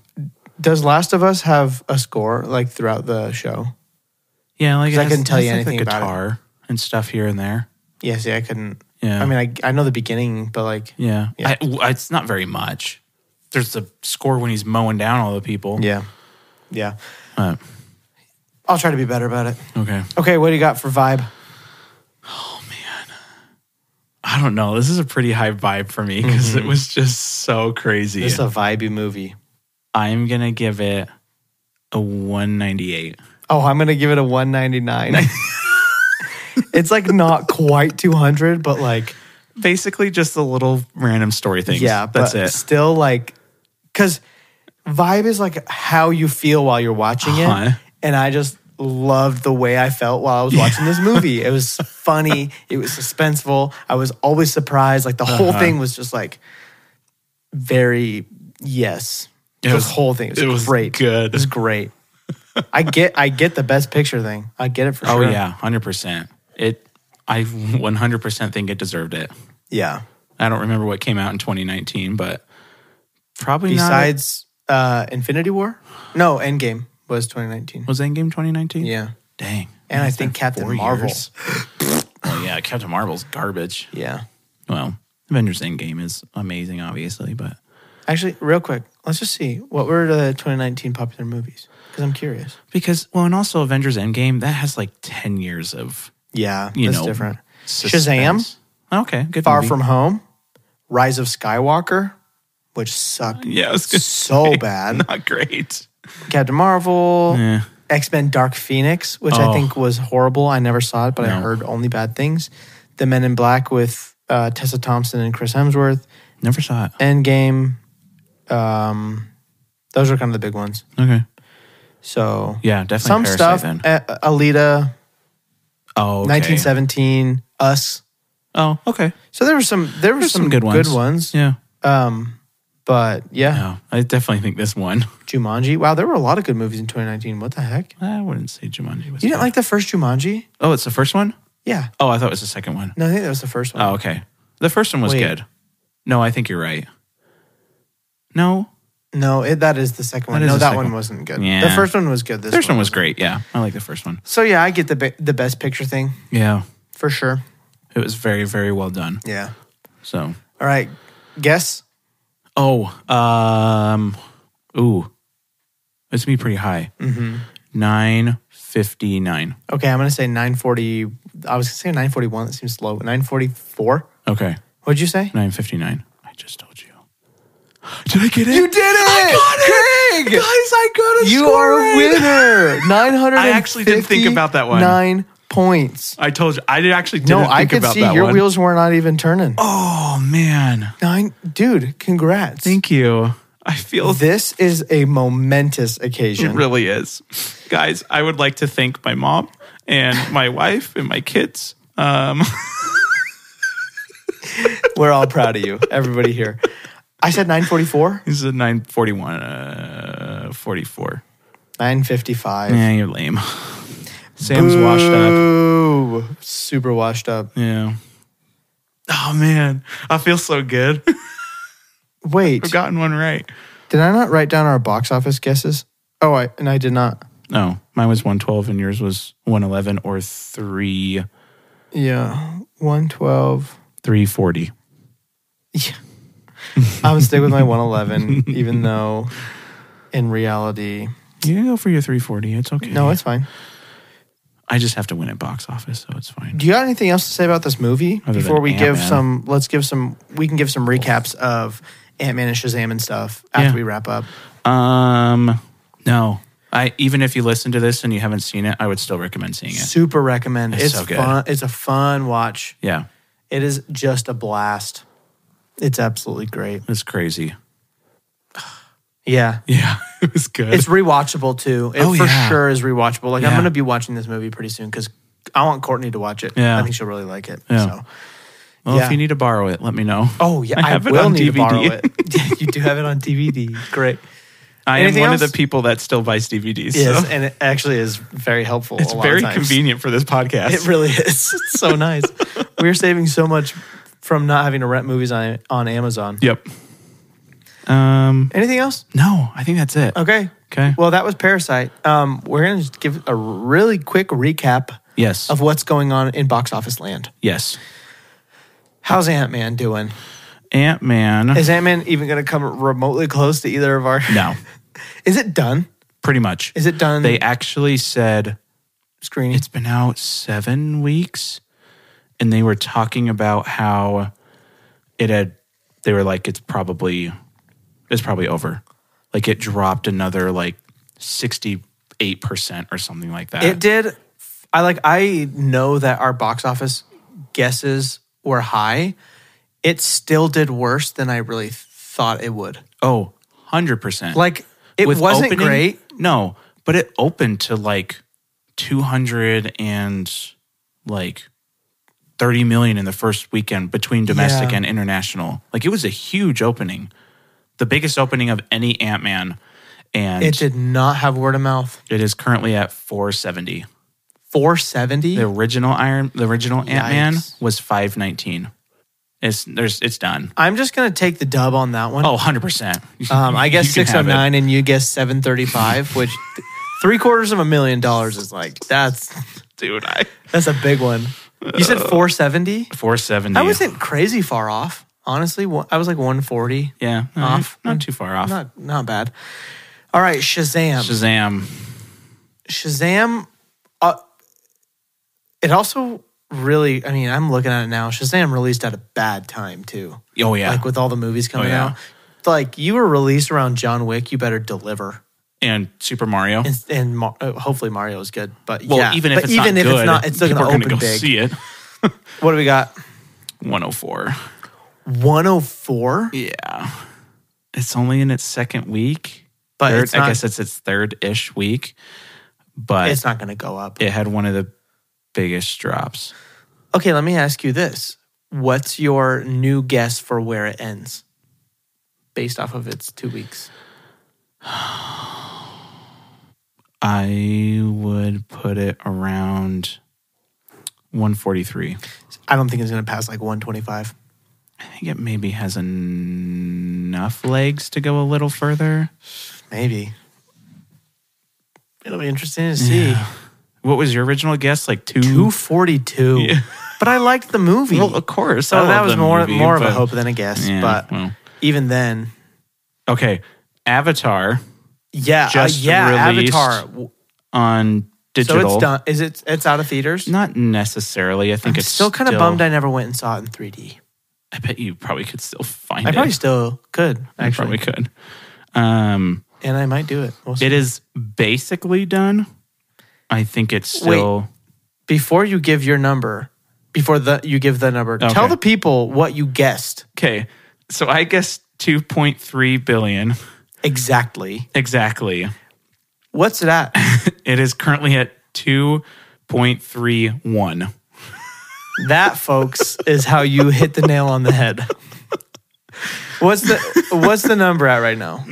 Speaker 1: does Last of Us have a score like throughout the show?
Speaker 2: Yeah, like
Speaker 1: 'Cause I
Speaker 2: has-
Speaker 1: couldn't tell
Speaker 2: has,
Speaker 1: you
Speaker 2: like, the
Speaker 1: anything about it.
Speaker 2: guitar and stuff here and there.
Speaker 1: Yeah, see, I couldn't.
Speaker 2: Yeah.
Speaker 1: I mean, I, I know the beginning, but like,
Speaker 2: Yeah,
Speaker 1: Yeah.
Speaker 2: I- w- it's not very much. There's the score when he's mowing down all the people.
Speaker 1: yeah. Yeah.
Speaker 2: Uh,
Speaker 1: I'll try to be better about it.
Speaker 2: okay,
Speaker 1: Okay, what do you got for vibe?
Speaker 2: I don't know. This is a pretty high vibe for me because it was just so crazy.
Speaker 1: Mm-hmm. This is a vibey movie.
Speaker 2: I'm gonna give it a 198.
Speaker 1: Oh, I'm going to give it a <laughs> 199. it's like not quite 200, but like,
Speaker 2: Basically, just the little random story things.
Speaker 1: yeah,
Speaker 2: that's
Speaker 1: but
Speaker 2: it.
Speaker 1: Still like, because vibe is like how you feel while you're watching
Speaker 2: Uh-huh.
Speaker 1: it. And I just loved the way I felt while I was watching this movie. It
Speaker 2: <laughs>
Speaker 1: was funny, it was suspenseful. I was always surprised. Like, the whole
Speaker 2: Uh-huh.
Speaker 1: thing was just like very, yes.
Speaker 2: It
Speaker 1: the
Speaker 2: was-
Speaker 1: whole thing. It was,
Speaker 2: it was
Speaker 1: great.
Speaker 2: good.
Speaker 1: It was great. I get I get the best picture thing. I get it for
Speaker 2: Oh
Speaker 1: sure.
Speaker 2: yeah, hundred percent. It. I 100 percent think it deserved it.
Speaker 1: Yeah.
Speaker 2: I don't remember what came out in 2019, but probably not.
Speaker 1: Besides uh Infinity War? No, Endgame was 2019.
Speaker 2: Was Endgame 2019?
Speaker 1: Yeah.
Speaker 2: Dang.
Speaker 1: And I
Speaker 2: It's
Speaker 1: think
Speaker 2: been
Speaker 1: Captain
Speaker 2: four
Speaker 1: Marvel. <laughs>
Speaker 2: years. well, yeah, Captain Marvel's garbage.
Speaker 1: Yeah.
Speaker 2: Well, Avengers Endgame is amazing, obviously, but
Speaker 1: Actually, real quick, let's just see what were the 2019 popular movies because I'm curious.
Speaker 2: because, well, and also Avengers Endgame, that has like 10 years of,
Speaker 1: Yeah,
Speaker 2: you
Speaker 1: that's
Speaker 2: know,
Speaker 1: different.
Speaker 2: suspense. Okay, good.
Speaker 1: Far
Speaker 2: movie.
Speaker 1: From Home, Rise of Skywalker, which
Speaker 2: <laughs>
Speaker 1: sucked
Speaker 2: <laughs> Yeah, it was good.
Speaker 1: so <laughs> bad.
Speaker 2: Not great.
Speaker 1: Captain Marvel,
Speaker 2: Yeah.
Speaker 1: X Men Dark Phoenix, which
Speaker 2: Oh.
Speaker 1: I think was horrible. I never saw it, but I
Speaker 2: No.
Speaker 1: heard only bad things. The Men in Black with uh, Tessa Thompson and Chris Hemsworth,
Speaker 2: Never saw it.
Speaker 1: Endgame. Um, those are kind of the big ones.
Speaker 2: Okay.
Speaker 1: So
Speaker 2: Yeah, definitely
Speaker 1: some
Speaker 2: Parasite
Speaker 1: stuff.
Speaker 2: then.
Speaker 1: A- Alita,
Speaker 2: Oh, okay.
Speaker 1: 1917, Us.
Speaker 2: Oh, okay.
Speaker 1: So there were some there were
Speaker 2: There's
Speaker 1: some, good ones.
Speaker 2: Yeah.
Speaker 1: Um, but yeah,
Speaker 2: No, I definitely think this one. <laughs>
Speaker 1: Jumanji. Wow, there were a lot of good movies in 2019. What the heck?
Speaker 2: I wouldn't say Jumanji was.
Speaker 1: You didn't
Speaker 2: bad.
Speaker 1: like the first Jumanji?
Speaker 2: Oh, it's the first one?
Speaker 1: Yeah.
Speaker 2: Oh, I thought it was the second one.
Speaker 1: No, I think that was the first one.
Speaker 2: Oh, okay. The first one was
Speaker 1: Wait.
Speaker 2: good. No, I think you're right. No,
Speaker 1: No, it, that is the second one.
Speaker 2: That is
Speaker 1: no,
Speaker 2: the
Speaker 1: that
Speaker 2: second
Speaker 1: one
Speaker 2: one.
Speaker 1: wasn't good. The
Speaker 2: Yeah.
Speaker 1: first one was good. This
Speaker 2: the first one was
Speaker 1: wasn't.
Speaker 2: great. Yeah, I like the first one.
Speaker 1: So yeah, I get the be- the best picture thing
Speaker 2: Yeah,
Speaker 1: for sure.
Speaker 2: it was very, very well done.
Speaker 1: Yeah.
Speaker 2: So,
Speaker 1: All right. Guess.
Speaker 2: oh, um, ooh, it's gonna be pretty high.
Speaker 1: Mm-hmm.
Speaker 2: Nine fifty nine.
Speaker 1: Okay, I'm gonna say 940. I was gonna say 941. That seems low. 944.
Speaker 2: Okay,
Speaker 1: What'd you say?
Speaker 2: nine fifty nine. I just told you. <gasps> Did I get it?
Speaker 1: You did it,
Speaker 2: Guys, I got a
Speaker 1: Craig. You
Speaker 2: score
Speaker 1: are a
Speaker 2: right. <laughs>
Speaker 1: winner. Nine hundred.
Speaker 2: I actually didn't think about that one.
Speaker 1: Nine points.
Speaker 2: I told you. I did actually didn't
Speaker 1: No, I
Speaker 2: think
Speaker 1: could
Speaker 2: about
Speaker 1: see
Speaker 2: that
Speaker 1: your
Speaker 2: one.
Speaker 1: wheels were not even turning.
Speaker 2: Oh man,
Speaker 1: Nine, dude, congrats.
Speaker 2: thank you. I feel
Speaker 1: this is a momentous
Speaker 2: it
Speaker 1: occasion.
Speaker 2: really is, guys. I would like to thank my mom and my wife and my kids. Um, <laughs>
Speaker 1: We're all proud of you, everybody here. I said 944,
Speaker 2: this is a nine forty one, uh, forty four.
Speaker 1: 955.
Speaker 2: Yeah, you're lame. <laughs> Sam's washed up.
Speaker 1: Boo. Super washed up.
Speaker 2: Yeah. Oh man, I feel so good. <laughs>
Speaker 1: Wait,
Speaker 2: I've gotten one right.
Speaker 1: did I not write down our box office guesses? Oh, I and I did not.
Speaker 2: No, mine was 112 and yours was 111 or 3
Speaker 1: Yeah, 112.
Speaker 2: 340.
Speaker 1: Yeah. I'm gonna stick with
Speaker 2: <laughs>
Speaker 1: my 111, even though in reality,
Speaker 2: You can go for your 340. It's okay.
Speaker 1: no, it's fine.
Speaker 2: I just have to win at box office, so it's fine.
Speaker 1: Do you got anything else to say about this movie
Speaker 2: Other than
Speaker 1: before we give
Speaker 2: Ant-Man.
Speaker 1: some? Let's give some. We can give some recaps of Ant Man and Shazam and stuff after
Speaker 2: Yeah.
Speaker 1: we wrap up.
Speaker 2: Um, no. I even if you listen to this and you haven't seen it, I would still recommend seeing it.
Speaker 1: Super recommend. It's,
Speaker 2: It's so good.
Speaker 1: fun. It's a fun watch.
Speaker 2: Yeah,
Speaker 1: It is just a blast. It's absolutely great.
Speaker 2: it's crazy.
Speaker 1: Yeah.
Speaker 2: Yeah, <laughs> it was good.
Speaker 1: It's rewatchable too. It
Speaker 2: Oh,
Speaker 1: for
Speaker 2: yeah.
Speaker 1: sure is rewatchable. Like I'm
Speaker 2: Yeah.
Speaker 1: going to be watching this movie pretty soon because I want Courtney to watch it.
Speaker 2: Yeah.
Speaker 1: I think she'll really like it.
Speaker 2: Yeah.
Speaker 1: So.
Speaker 2: well,
Speaker 1: yeah.
Speaker 2: if you need to borrow it, let me know.
Speaker 1: Oh yeah, I,
Speaker 2: have it
Speaker 1: will
Speaker 2: on
Speaker 1: need to
Speaker 2: DVD.
Speaker 1: borrow <laughs> it. you do have it on DVD. Great.
Speaker 2: <laughs> I am
Speaker 1: Anything
Speaker 2: one
Speaker 1: else?
Speaker 2: of the people that still buys DVDs.
Speaker 1: Yes,
Speaker 2: so.
Speaker 1: and it actually is very helpful.
Speaker 2: it's
Speaker 1: a lot
Speaker 2: very
Speaker 1: of times.
Speaker 2: convenient for this podcast.
Speaker 1: It really is. <laughs> It's so nice. We're saving so much from not having to rent movies on on Amazon.
Speaker 2: yep. Um,
Speaker 1: Anything else?
Speaker 2: no, I think that's it.
Speaker 1: Okay.
Speaker 2: Okay.
Speaker 1: Well, that was Parasite. Um, we're gonna just give a really quick recap
Speaker 2: yes.
Speaker 1: of what's going on in box office land.
Speaker 2: yes.
Speaker 1: How's Ant Man doing?
Speaker 2: Ant Man.
Speaker 1: Is Ant Man even going to come remotely close to either of our?
Speaker 2: No,
Speaker 1: <laughs> Is it done?
Speaker 2: pretty much.
Speaker 1: Is it done?
Speaker 2: They actually said
Speaker 1: screening.
Speaker 2: it's been out seven weeks, and they were talking about how it had. They were like, it's probably, it's probably over. Like it dropped another like sixty eight percent or something like that.
Speaker 1: It did. I like. I know that our box office guesses were high. It still did worse than I really thought it would.
Speaker 2: oh, 100 percent.
Speaker 1: Like it
Speaker 2: With
Speaker 1: wasn't
Speaker 2: opening-
Speaker 1: great.
Speaker 2: No, but it opened to like 200 and like 30 million in the first weekend between domestic
Speaker 1: Yeah.
Speaker 2: and international. Like it was a huge opening, the biggest opening of any Ant Man, and
Speaker 1: It did not have word of mouth.
Speaker 2: it is currently at 470.
Speaker 1: Four seventy.
Speaker 2: The original Iron, the original Ant Man
Speaker 1: Yikes.
Speaker 2: was 519. It's there's it's done.
Speaker 1: I'm just gonna take the dub on that one.
Speaker 2: Oh, 100
Speaker 1: <laughs>
Speaker 2: percent.
Speaker 1: Um, I guess
Speaker 2: You can have it.
Speaker 1: 609 and you guess 735, which th- three quarters of a million dollars is like, that's
Speaker 2: dude. I
Speaker 1: that's a big one. You said 470?
Speaker 2: 470.
Speaker 1: I wasn't crazy far off. Honestly, One- I was like 140.
Speaker 2: yeah no,
Speaker 1: off.
Speaker 2: Not too far off.
Speaker 1: Not not bad. All right, Shazam.
Speaker 2: Shazam.
Speaker 1: Shazam uh, it also really, I mean, I'm looking at it now. Shazam released at a bad time too.
Speaker 2: Oh yeah,
Speaker 1: Like with all the movies coming
Speaker 2: Oh, yeah.
Speaker 1: out. Like you were released around John Wick, you better deliver.
Speaker 2: and Super Mario.
Speaker 1: and, and Mar- uh, hopefully Mario is good. But
Speaker 2: well,
Speaker 1: yeah.
Speaker 2: even if
Speaker 1: but
Speaker 2: it's
Speaker 1: even
Speaker 2: not
Speaker 1: if
Speaker 2: good,
Speaker 1: it's not, it's still
Speaker 2: people
Speaker 1: going
Speaker 2: are
Speaker 1: to
Speaker 2: gonna
Speaker 1: open
Speaker 2: go
Speaker 1: big.
Speaker 2: see it.
Speaker 1: What do we got?
Speaker 2: 104.
Speaker 1: 104.
Speaker 2: Yeah, it's only in its second week,
Speaker 1: But
Speaker 2: Third-
Speaker 1: it's not-
Speaker 2: I guess it's its third ish week. But
Speaker 1: It's not going to go up.
Speaker 2: it had one of the biggest drops.
Speaker 1: Okay, let me ask you this: What's your new guess for where it ends, based off of its two weeks?
Speaker 2: I would put it around 143.
Speaker 1: I don't think it's going to pass like 125.
Speaker 2: I think it maybe has enough legs to go a little further.
Speaker 1: Maybe. It'll be interesting to see. <laughs>
Speaker 2: What was your original guess? Like two?
Speaker 1: 242.
Speaker 2: Yeah.
Speaker 1: But I liked the movie.
Speaker 2: Well, of course. I
Speaker 1: so Oh, that
Speaker 2: love
Speaker 1: was
Speaker 2: the
Speaker 1: more
Speaker 2: movie,
Speaker 1: more of a
Speaker 2: but-
Speaker 1: hope than a guess.
Speaker 2: Yeah,
Speaker 1: but
Speaker 2: well.
Speaker 1: even then,
Speaker 2: Okay, Avatar
Speaker 1: yeah, uh,
Speaker 2: Just
Speaker 1: yeah,
Speaker 2: released.
Speaker 1: Avatar.
Speaker 2: on digital.
Speaker 1: So it's done. Is it? It's out of theaters.
Speaker 2: Not necessarily. I think
Speaker 1: I'm
Speaker 2: it's
Speaker 1: still kind of bummed. I never went and saw it in 3D.
Speaker 2: I bet you probably could still find
Speaker 1: I
Speaker 2: it.
Speaker 1: probably still could
Speaker 2: You
Speaker 1: actually,
Speaker 2: probably could. Um,
Speaker 1: and I might do it. We'll see.
Speaker 2: it is basically done. I think it's
Speaker 1: Wait.
Speaker 2: still
Speaker 1: before you give your number, before the you give the number, tell
Speaker 2: Okay.
Speaker 1: the people what you guessed
Speaker 2: Okay. So I guess 2.3 billion
Speaker 1: exactly.
Speaker 2: exactly. <laughs>
Speaker 1: What's it at?
Speaker 2: It is currently at 2.31.
Speaker 1: that, folks, is how you hit the nail on the head. What's the what's the number at right now?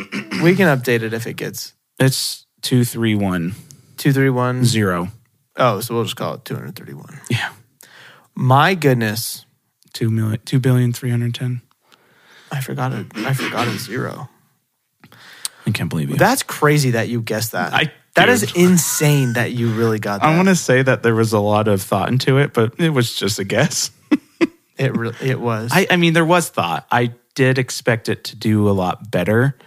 Speaker 1: We can update it if it gets
Speaker 2: It's 2310.
Speaker 1: two three one. Oh, so we'll just call it two hundred thirty one.
Speaker 2: Yeah.
Speaker 1: My goodness,
Speaker 2: 2 million 2 billion 310.
Speaker 1: I forgot it. I forgot a zero.
Speaker 2: I can't believe you.
Speaker 1: That's crazy that you guessed that.
Speaker 2: I-
Speaker 1: that is
Speaker 2: dude.
Speaker 1: insane that you really got that.
Speaker 2: I want to say that there was a lot of thought into it, but it was just a guess.
Speaker 1: it really it was.
Speaker 2: I, I mean, there was thought. I did expect it to do a lot better,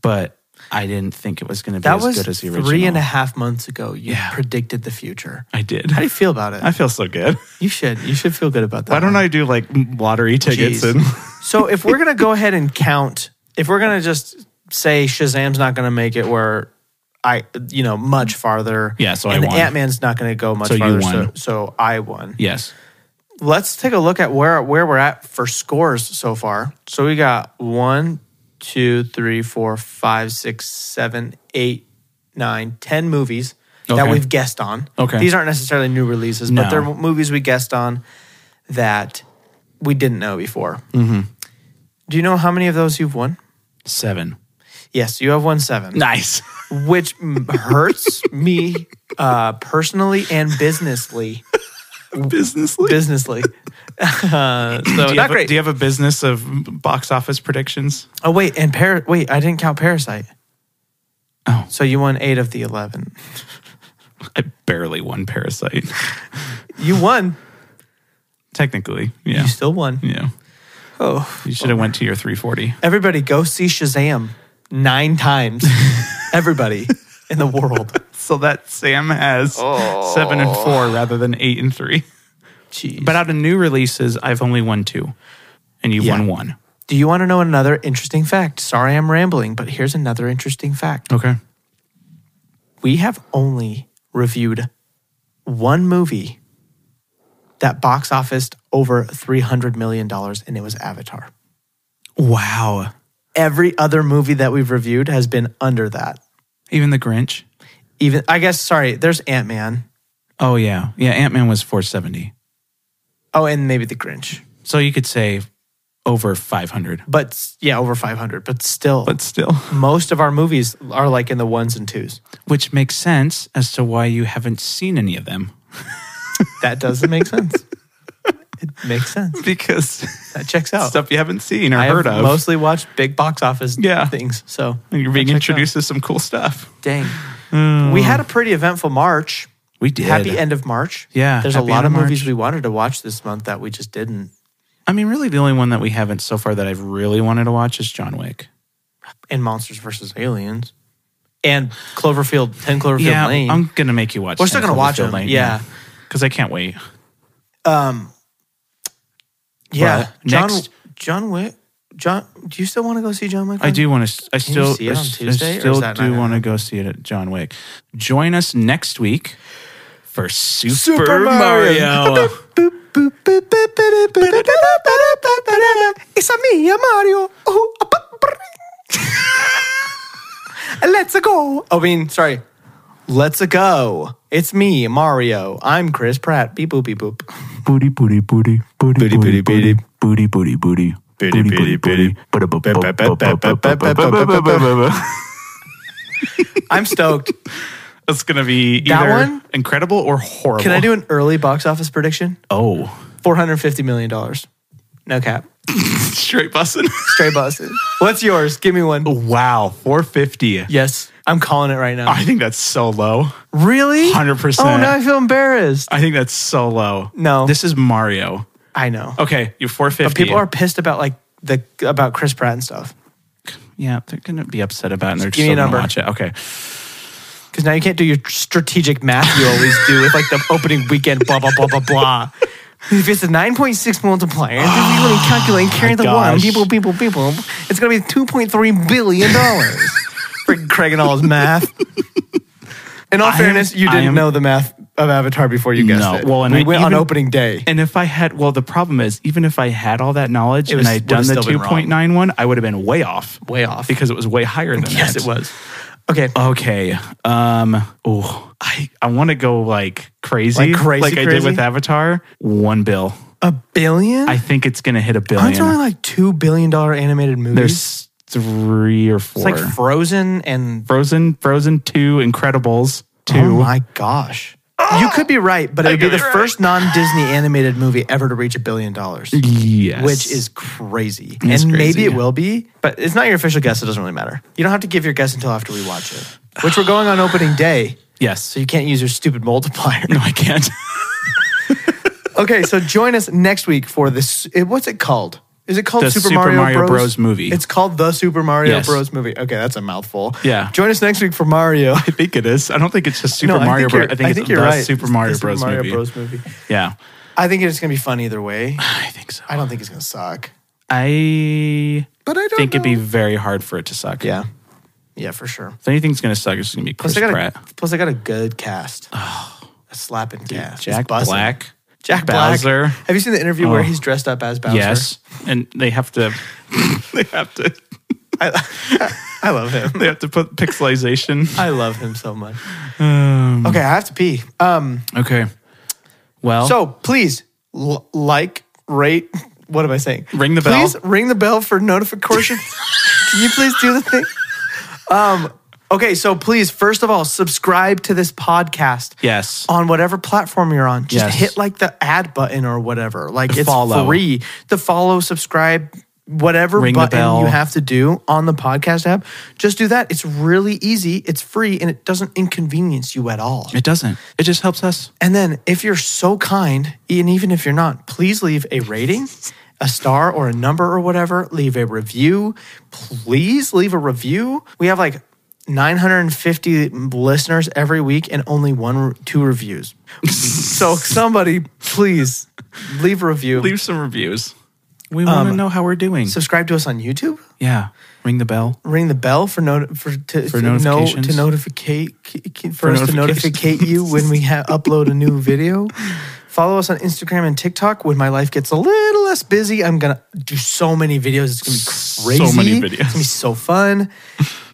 Speaker 2: but I didn't think it was going to be
Speaker 1: that
Speaker 2: as
Speaker 1: was
Speaker 2: good as the original.
Speaker 1: three and a half months ago. You
Speaker 2: Yeah.
Speaker 1: predicted the future.
Speaker 2: I did.
Speaker 1: How do you feel about it?
Speaker 2: I feel so good.
Speaker 1: you should. You should feel good about that.
Speaker 2: Why don't
Speaker 1: one.
Speaker 2: I do like lottery tickets
Speaker 1: Jeez.
Speaker 2: and <laughs>
Speaker 1: so if we're gonna go ahead and count, if we're gonna just say Shazam's not gonna make it where I, you know, much farther.
Speaker 2: Yeah, so I
Speaker 1: and
Speaker 2: won.
Speaker 1: Ant Man's not gonna go much
Speaker 2: So you
Speaker 1: farther. So,
Speaker 2: won.
Speaker 1: so I won.
Speaker 2: yes,
Speaker 1: Let's take a look at where where we're at for scores so far. So we got one, two, three, four, five, six, seven, eight, nine, ten movies that
Speaker 2: Okay.
Speaker 1: we've guessed on.
Speaker 2: Okay.
Speaker 1: These aren't necessarily new releases, but
Speaker 2: No.
Speaker 1: they're movies we guessed on that we didn't know before. Mm-hmm. Do you know how many of those you've won?
Speaker 2: seven.
Speaker 1: Yes, you have won seven
Speaker 2: Nice.
Speaker 1: which m-
Speaker 2: <laughs>
Speaker 1: hurts me uh, personally and businessly.
Speaker 2: Businessly.
Speaker 1: Businessly. <laughs> Uh, so
Speaker 2: do you
Speaker 1: not
Speaker 2: have a-
Speaker 1: great.
Speaker 2: do you have a business of box office predictions?
Speaker 1: oh wait, and par- wait, I didn't count Parasite.
Speaker 2: Oh.
Speaker 1: so you won eight of the eleven.
Speaker 2: I barely won Parasite. <laughs>
Speaker 1: You won.
Speaker 2: Technically, yeah,
Speaker 1: You still won.
Speaker 2: yeah.
Speaker 1: Oh,
Speaker 2: You should have went to your 340.
Speaker 1: everybody, go see Shazam nine
Speaker 2: <laughs>
Speaker 1: times. everybody in the world.
Speaker 2: So that Sam has seven and four rather than eight and three.
Speaker 1: Jeez.
Speaker 2: <laughs> But out of new releases, I've only won two, and you
Speaker 1: Yeah.
Speaker 2: won one.
Speaker 1: do you want to know another interesting fact? Sorry, I'm rambling, but here's another interesting fact.
Speaker 2: Okay.
Speaker 1: we have only reviewed one movie that box office over $300 million, and it was Avatar.
Speaker 2: Wow.
Speaker 1: Every other movie that we've reviewed has been under that.
Speaker 2: Even the Grinch.
Speaker 1: Even, I guess, sorry, there's Ant Man.
Speaker 2: Oh yeah, yeah. Ant Man was 470.
Speaker 1: Oh, and maybe The Grinch.
Speaker 2: So you could say over 500.
Speaker 1: But s- yeah, over 500, but still,
Speaker 2: But still,
Speaker 1: most of our movies are like in the ones and twos.
Speaker 2: which makes sense as to why you haven't seen any of them
Speaker 1: That doesn't make sense.
Speaker 2: <laughs>
Speaker 1: It makes sense.
Speaker 2: because
Speaker 1: That checks out.
Speaker 2: stuff you haven't seen or
Speaker 1: I
Speaker 2: heard
Speaker 1: have
Speaker 2: of.
Speaker 1: mostly watched big box office
Speaker 2: Yeah.
Speaker 1: things. So
Speaker 2: You're
Speaker 1: that
Speaker 2: being
Speaker 1: checks out.
Speaker 2: introduced to some cool stuff.
Speaker 1: Dang.
Speaker 2: Mm.
Speaker 1: We had a pretty eventful March.
Speaker 2: We did.
Speaker 1: Happy end of March.
Speaker 2: Yeah,
Speaker 1: There's a
Speaker 2: happy
Speaker 1: lot
Speaker 2: end
Speaker 1: of
Speaker 2: of
Speaker 1: movies
Speaker 2: March.
Speaker 1: we wanted to watch this month that we just didn't.
Speaker 2: I mean, really, the only one that we haven't so far that I've really wanted to watch is John Wick.
Speaker 1: And Monsters vs. Aliens. And Cloverfield, 10 Cloverfield
Speaker 2: yeah,
Speaker 1: Lane.
Speaker 2: I'm gonna make you watch.
Speaker 1: We're still
Speaker 2: 10
Speaker 1: gonna watch
Speaker 2: Cloverfield
Speaker 1: them, yeah.
Speaker 2: because I can't wait.
Speaker 1: yeah.
Speaker 2: well,
Speaker 1: John,
Speaker 2: next-
Speaker 1: John Wick. John, do you still want to go see John Wick?
Speaker 2: I do want to. I
Speaker 1: Um, you
Speaker 2: still.
Speaker 1: see it
Speaker 2: I
Speaker 1: on
Speaker 2: s- I
Speaker 1: Tuesday, or is
Speaker 2: still
Speaker 1: that
Speaker 2: do
Speaker 1: not
Speaker 2: want to go see it at John Wick. Join us next week for Super,
Speaker 1: Super Mario.
Speaker 2: Mario.
Speaker 1: It's a me, Mario. Ooh, a bu- brr. <laughs> Let's go. I mean, sorry. Let's go. It's me, Mario. I'm Chris Pratt. Beep boop beep boop.
Speaker 3: booty booty booty booty booty booty booty booty booty booty booty booty
Speaker 1: I'm <laughs> stoked.
Speaker 2: <laughs> That's gonna be either
Speaker 1: That one?
Speaker 2: incredible or horrible.
Speaker 1: Can I do an early box office prediction?
Speaker 2: Oh,
Speaker 1: Four hundred fifty million dollars. No cap.
Speaker 2: straight bussin.
Speaker 1: <laughs> Straight busted. What's yours? Give me one.
Speaker 2: <laughs> wow, four fifty.
Speaker 1: Yes, I'm calling it right now.
Speaker 2: I think that's so low.
Speaker 1: Really?
Speaker 2: 100%.
Speaker 1: Oh, now I feel embarrassed.
Speaker 2: I think that's so low.
Speaker 1: No.
Speaker 2: this is Mario.
Speaker 1: I know.
Speaker 2: Okay, you're 450.
Speaker 1: People are pissed about like the about Chris Pratt and stuff
Speaker 2: yeah, they're gonna be upset about it. And they're
Speaker 1: give me
Speaker 2: still
Speaker 1: a
Speaker 2: gonna
Speaker 1: number.
Speaker 2: watch it. Okay,
Speaker 1: because now you can't do your strategic math you always do with like the opening weekend blah blah blah blah blah. If it's a nine point six multiplier, then you're going to calculate
Speaker 2: <sighs>
Speaker 1: carrying the one
Speaker 2: Oh gosh.
Speaker 1: people people people. It's going to be two point three billion dollars.
Speaker 2: <laughs>
Speaker 1: Freaking Craig and all's math. In all
Speaker 2: I am-
Speaker 1: fairness, you
Speaker 2: I
Speaker 1: didn't
Speaker 2: am-
Speaker 1: know the math of Avatar before you guessed
Speaker 2: No.
Speaker 1: it.
Speaker 2: Well, and
Speaker 1: we
Speaker 2: I
Speaker 1: went on
Speaker 2: even-
Speaker 1: opening day.
Speaker 2: And if I had, well, the problem is, even if I had all that knowledge
Speaker 1: It was-
Speaker 2: and I'd done
Speaker 1: would've
Speaker 2: the
Speaker 1: still been wrong.
Speaker 2: 2.9 one, I would have been way off.
Speaker 1: Way off.
Speaker 2: Because it was way higher than
Speaker 1: yes,
Speaker 2: that.
Speaker 1: it was. Okay.
Speaker 2: Okay. Um. Oh, I I want to go like crazy,
Speaker 1: Like crazy,
Speaker 2: like I did
Speaker 1: crazy?
Speaker 2: with Avatar. One bill.
Speaker 1: a billion?
Speaker 2: I think it's gonna hit a billion.
Speaker 1: Aren't there only like two billion dollar animated movies?
Speaker 2: There's three or four.
Speaker 1: it's like Frozen and
Speaker 2: Frozen, Frozen Two, Incredibles
Speaker 1: Oh
Speaker 2: Two.
Speaker 1: my gosh. You could be right, but it would be
Speaker 2: could
Speaker 1: the
Speaker 2: be right.
Speaker 1: first non Disney animated movie ever to reach a billion dollars,
Speaker 2: yes.
Speaker 1: which is crazy.
Speaker 2: It's
Speaker 1: and maybe
Speaker 2: crazy.
Speaker 1: it will be, but it's not your official guess. It doesn't really matter. You don't have to give your guess until after we watch it, which we're going on opening day.
Speaker 2: yes.
Speaker 1: So you can't use your stupid multiplier.
Speaker 2: <laughs> no, I can't.
Speaker 1: <laughs> okay, so join us next week for this. it- What's it called? Is it called
Speaker 2: The
Speaker 1: Super,
Speaker 2: Super
Speaker 1: Mario,
Speaker 2: Mario
Speaker 1: Bros?
Speaker 2: Bros. movie.
Speaker 1: It's called the Super Mario
Speaker 2: Yes.
Speaker 1: Bros. movie. Okay, that's a mouthful.
Speaker 2: Yeah.
Speaker 1: Join us next week for Mario.
Speaker 2: I think it is. I don't think it's just Super
Speaker 1: No,
Speaker 2: Mario Bros.
Speaker 1: you're-
Speaker 2: I think it's the Super
Speaker 1: It's the
Speaker 2: Mario Bros.
Speaker 1: Mario
Speaker 2: movie.
Speaker 1: Bros. movie.
Speaker 2: Yeah,
Speaker 1: I think it's gonna be fun either way.
Speaker 2: I think so.
Speaker 1: I don't think it's gonna suck.
Speaker 2: I
Speaker 1: But I don't
Speaker 2: think it'd be
Speaker 1: know.
Speaker 2: very hard for it to suck.
Speaker 1: Yeah, yeah, for sure.
Speaker 2: If anything's gonna suck, it's gonna be Chris
Speaker 1: Plus, I got
Speaker 2: Pratt.
Speaker 1: a plus I got a good
Speaker 2: <sighs>
Speaker 1: cast. a slapping cast. It's
Speaker 2: Jack
Speaker 1: bussing.
Speaker 2: Black.
Speaker 1: Jack Black.
Speaker 2: Bowser.
Speaker 1: Have you seen the interview where
Speaker 2: Oh.
Speaker 1: he's dressed up as Bowser?
Speaker 2: Yes, and they have
Speaker 1: <laughs>
Speaker 2: to. they have to.
Speaker 1: I, <laughs> I love him.
Speaker 2: They have to put pixelization.
Speaker 1: I love him so much. okay, I have to pee. Um,
Speaker 2: Okay. Well,
Speaker 1: so please l- like, rate. What am I saying?
Speaker 2: Ring the
Speaker 1: please
Speaker 2: bell.
Speaker 1: ring the bell for
Speaker 2: <laughs>
Speaker 1: notifications. Can you please do the thing? Um, okay, so please, first of all, subscribe to this podcast.
Speaker 2: yes,
Speaker 1: On whatever platform you're on, just
Speaker 2: Yes.
Speaker 1: hit like the add button or whatever. Like it's
Speaker 2: follow.
Speaker 1: free. The follow, subscribe, whatever
Speaker 2: Ring the
Speaker 1: button
Speaker 2: bell.
Speaker 1: you have to do on the podcast app, just do that. It's really easy. It's free and it doesn't inconvenience you at all.
Speaker 2: it doesn't. It just helps us.
Speaker 1: And then if you're so kind, and even if you're not, please leave a rating, a star or a number or whatever. Leave a review. Please leave a review. We have like 950 listeners every week and only one two reviews. so somebody please leave a review.
Speaker 2: Leave some reviews. We want
Speaker 1: Um,
Speaker 2: to know how we're doing.
Speaker 1: Subscribe to us on YouTube.
Speaker 2: yeah, ring the bell.
Speaker 1: Ring the bell for not- for to, for
Speaker 2: notifications.
Speaker 1: to notificate for, us to notificate
Speaker 2: notifications.
Speaker 1: you when we ha- upload a new video. Follow us on Instagram and TikTok. When my life gets a little less busy, I'm gonna do so many videos. It's gonna be crazy.
Speaker 2: So many videos.
Speaker 1: It's gonna be so fun.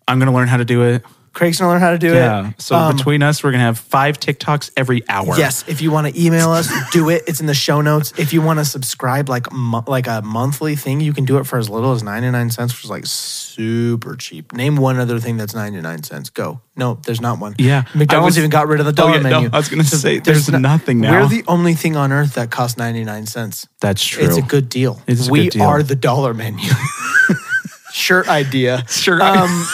Speaker 2: I'm gonna learn how to do it.
Speaker 1: Craig's gonna learn how to do
Speaker 2: Yeah.
Speaker 1: it.
Speaker 2: So
Speaker 1: Um,
Speaker 2: between us, we're gonna have five TikToks every hour.
Speaker 1: Yes, if you want to email us, do it. It's in the show notes. If you want to subscribe like mo- like a monthly thing, you can do it for as little as 99 cents, which is like super cheap. Name one other thing that's 99 cents. Go. No, there's not one.
Speaker 2: Yeah, I
Speaker 1: McDonald's
Speaker 2: was-
Speaker 1: even got rid of the
Speaker 2: Oh,
Speaker 1: dollar
Speaker 2: yeah, no,
Speaker 1: menu.
Speaker 2: I was gonna say, there's
Speaker 1: no-
Speaker 2: nothing now.
Speaker 1: We're the only thing on earth that costs 99 cents.
Speaker 2: That's true.
Speaker 1: It's a good deal.
Speaker 2: It's a
Speaker 1: we
Speaker 2: good deal.
Speaker 1: are the dollar menu. <laughs> Shirt
Speaker 2: <laughs>
Speaker 1: idea.
Speaker 2: Sure.
Speaker 1: Um,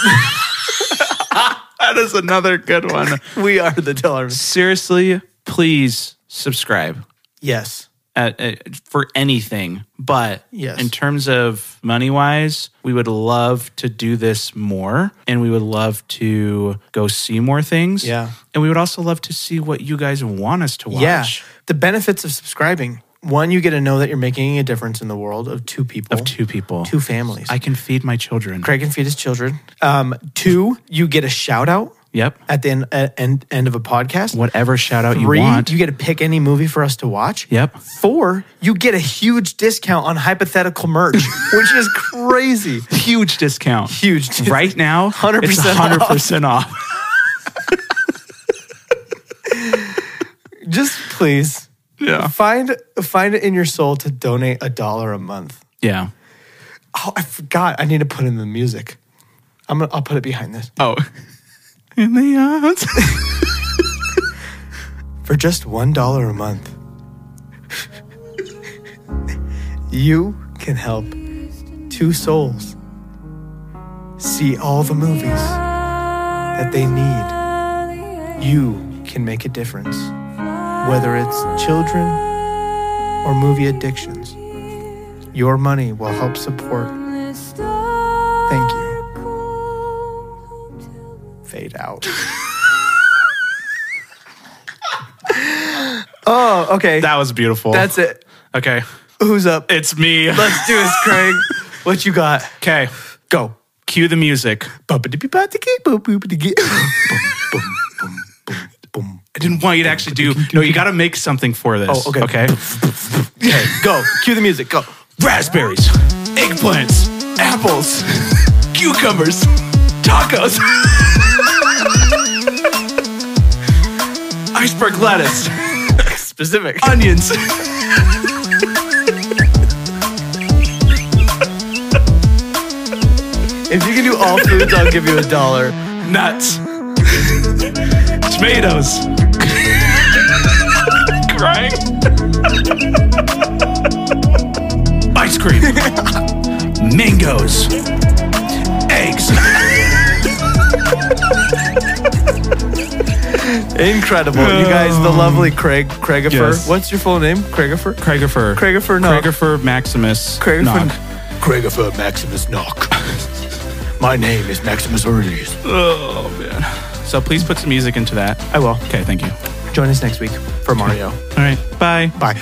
Speaker 2: that is another good one.
Speaker 1: We are the dollar.
Speaker 2: Seriously, please subscribe
Speaker 1: Yes.
Speaker 2: at, at, for anything. But
Speaker 1: Yes.
Speaker 2: in terms of money wise, we would love to do this more and we would love to go see more things.
Speaker 1: Yeah.
Speaker 2: And we would also love to see what you guys want us to watch.
Speaker 1: Yeah. The benefits of subscribing. One, you get to know that you're making a difference in the world of two people,
Speaker 2: Of two people.
Speaker 1: two families.
Speaker 2: I can feed my children.
Speaker 1: Craig can feed his children. Um, two, you get a shout out
Speaker 2: Yep.
Speaker 1: at the end, at end, end of a podcast.
Speaker 2: Whatever shout out
Speaker 1: Three,
Speaker 2: you want.
Speaker 1: you get to pick any movie for us to watch.
Speaker 2: Yep.
Speaker 1: Four, you get a huge discount on hypothetical
Speaker 2: <laughs>
Speaker 1: merch, which is crazy.
Speaker 2: huge discount. <laughs>
Speaker 1: Huge discount.
Speaker 2: Right now, 100%
Speaker 1: 100%
Speaker 2: it's
Speaker 1: off.
Speaker 2: 100% off.
Speaker 1: Just please
Speaker 2: Yeah.
Speaker 1: find find it in your soul to donate a dollar a month.
Speaker 2: Yeah.
Speaker 1: Oh, I forgot. I need to put in the music. I'm gonna, I'll put it behind this.
Speaker 2: Oh. <laughs> In the odds.
Speaker 1: For just $1 a month, you can help two souls see all the movies that they need. You can make a difference, whether it's children or movie addictions. Your money will help support. Thank you. Fade out. oh, okay.
Speaker 2: <laughs> That was beautiful.
Speaker 1: That's it.
Speaker 2: Okay.
Speaker 1: Who's up?
Speaker 2: It's me.
Speaker 1: Let's do this, Craig. what you got?
Speaker 2: Okay.
Speaker 1: Go.
Speaker 2: Cue the music.
Speaker 1: Boom, boom, boom, boom, boom, boom, boom.
Speaker 2: I didn't want you to actually do. No, you got to make something for this.
Speaker 1: Oh, okay.
Speaker 2: Okay.
Speaker 1: Okay, go. Cue the music. Go.
Speaker 2: Raspberries, eggplants, apples, <laughs> cucumbers, tacos, <laughs> iceberg lettuce,
Speaker 1: Specific.
Speaker 2: onions.
Speaker 1: If you can do all foods, I'll give you a dollar.
Speaker 2: nuts, <laughs> tomatoes, <laughs> crying, <laughs> ice cream, <laughs> mangoes, eggs,
Speaker 1: Incredible. you guys, the lovely Craig Craigifer.
Speaker 2: Yes.
Speaker 1: What's your full name? Craigifer?
Speaker 2: Craigifer,
Speaker 1: Craigifer Knock.
Speaker 2: Craigifer Maximus,
Speaker 1: Craigifer
Speaker 2: Knock.
Speaker 4: Craigifer Maximus Knock. My name is Maximus Aurelius.
Speaker 2: Oh man! So please put some music into that.
Speaker 1: I will.
Speaker 2: Okay, thank you.
Speaker 1: Join us next week for Mario.
Speaker 2: All right, bye.
Speaker 1: Bye.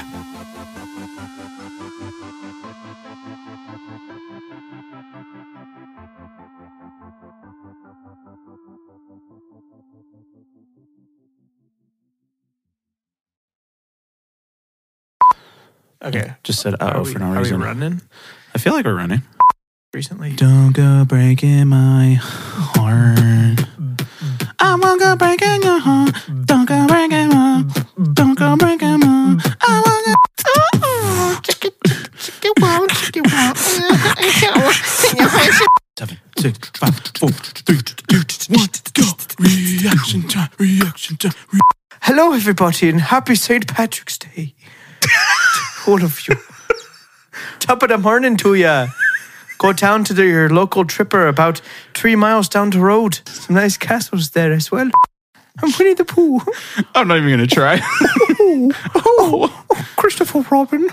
Speaker 1: Okay.
Speaker 2: Just said uh oh
Speaker 1: are we,
Speaker 2: for no
Speaker 1: are
Speaker 2: reason.
Speaker 1: we running
Speaker 2: I feel like we're running.
Speaker 1: recently?
Speaker 2: Don't go breaking my heart. I won't go breaking your heart. Don't go breaking my. Don't go breaking my. I won't go. Seven, six, five, four, three, two, one, go. Reaction time. Reaction time. Re-
Speaker 1: Hello, everybody, and happy St. Patrick's Day to all of you. <laughs> Top of the morning to ya. Go down to the, your local tripper about three miles down the road. Some nice castles there as well. I'm Winnie the Pooh.
Speaker 2: I'm not even gonna try.
Speaker 1: Oh, Christopher Robin.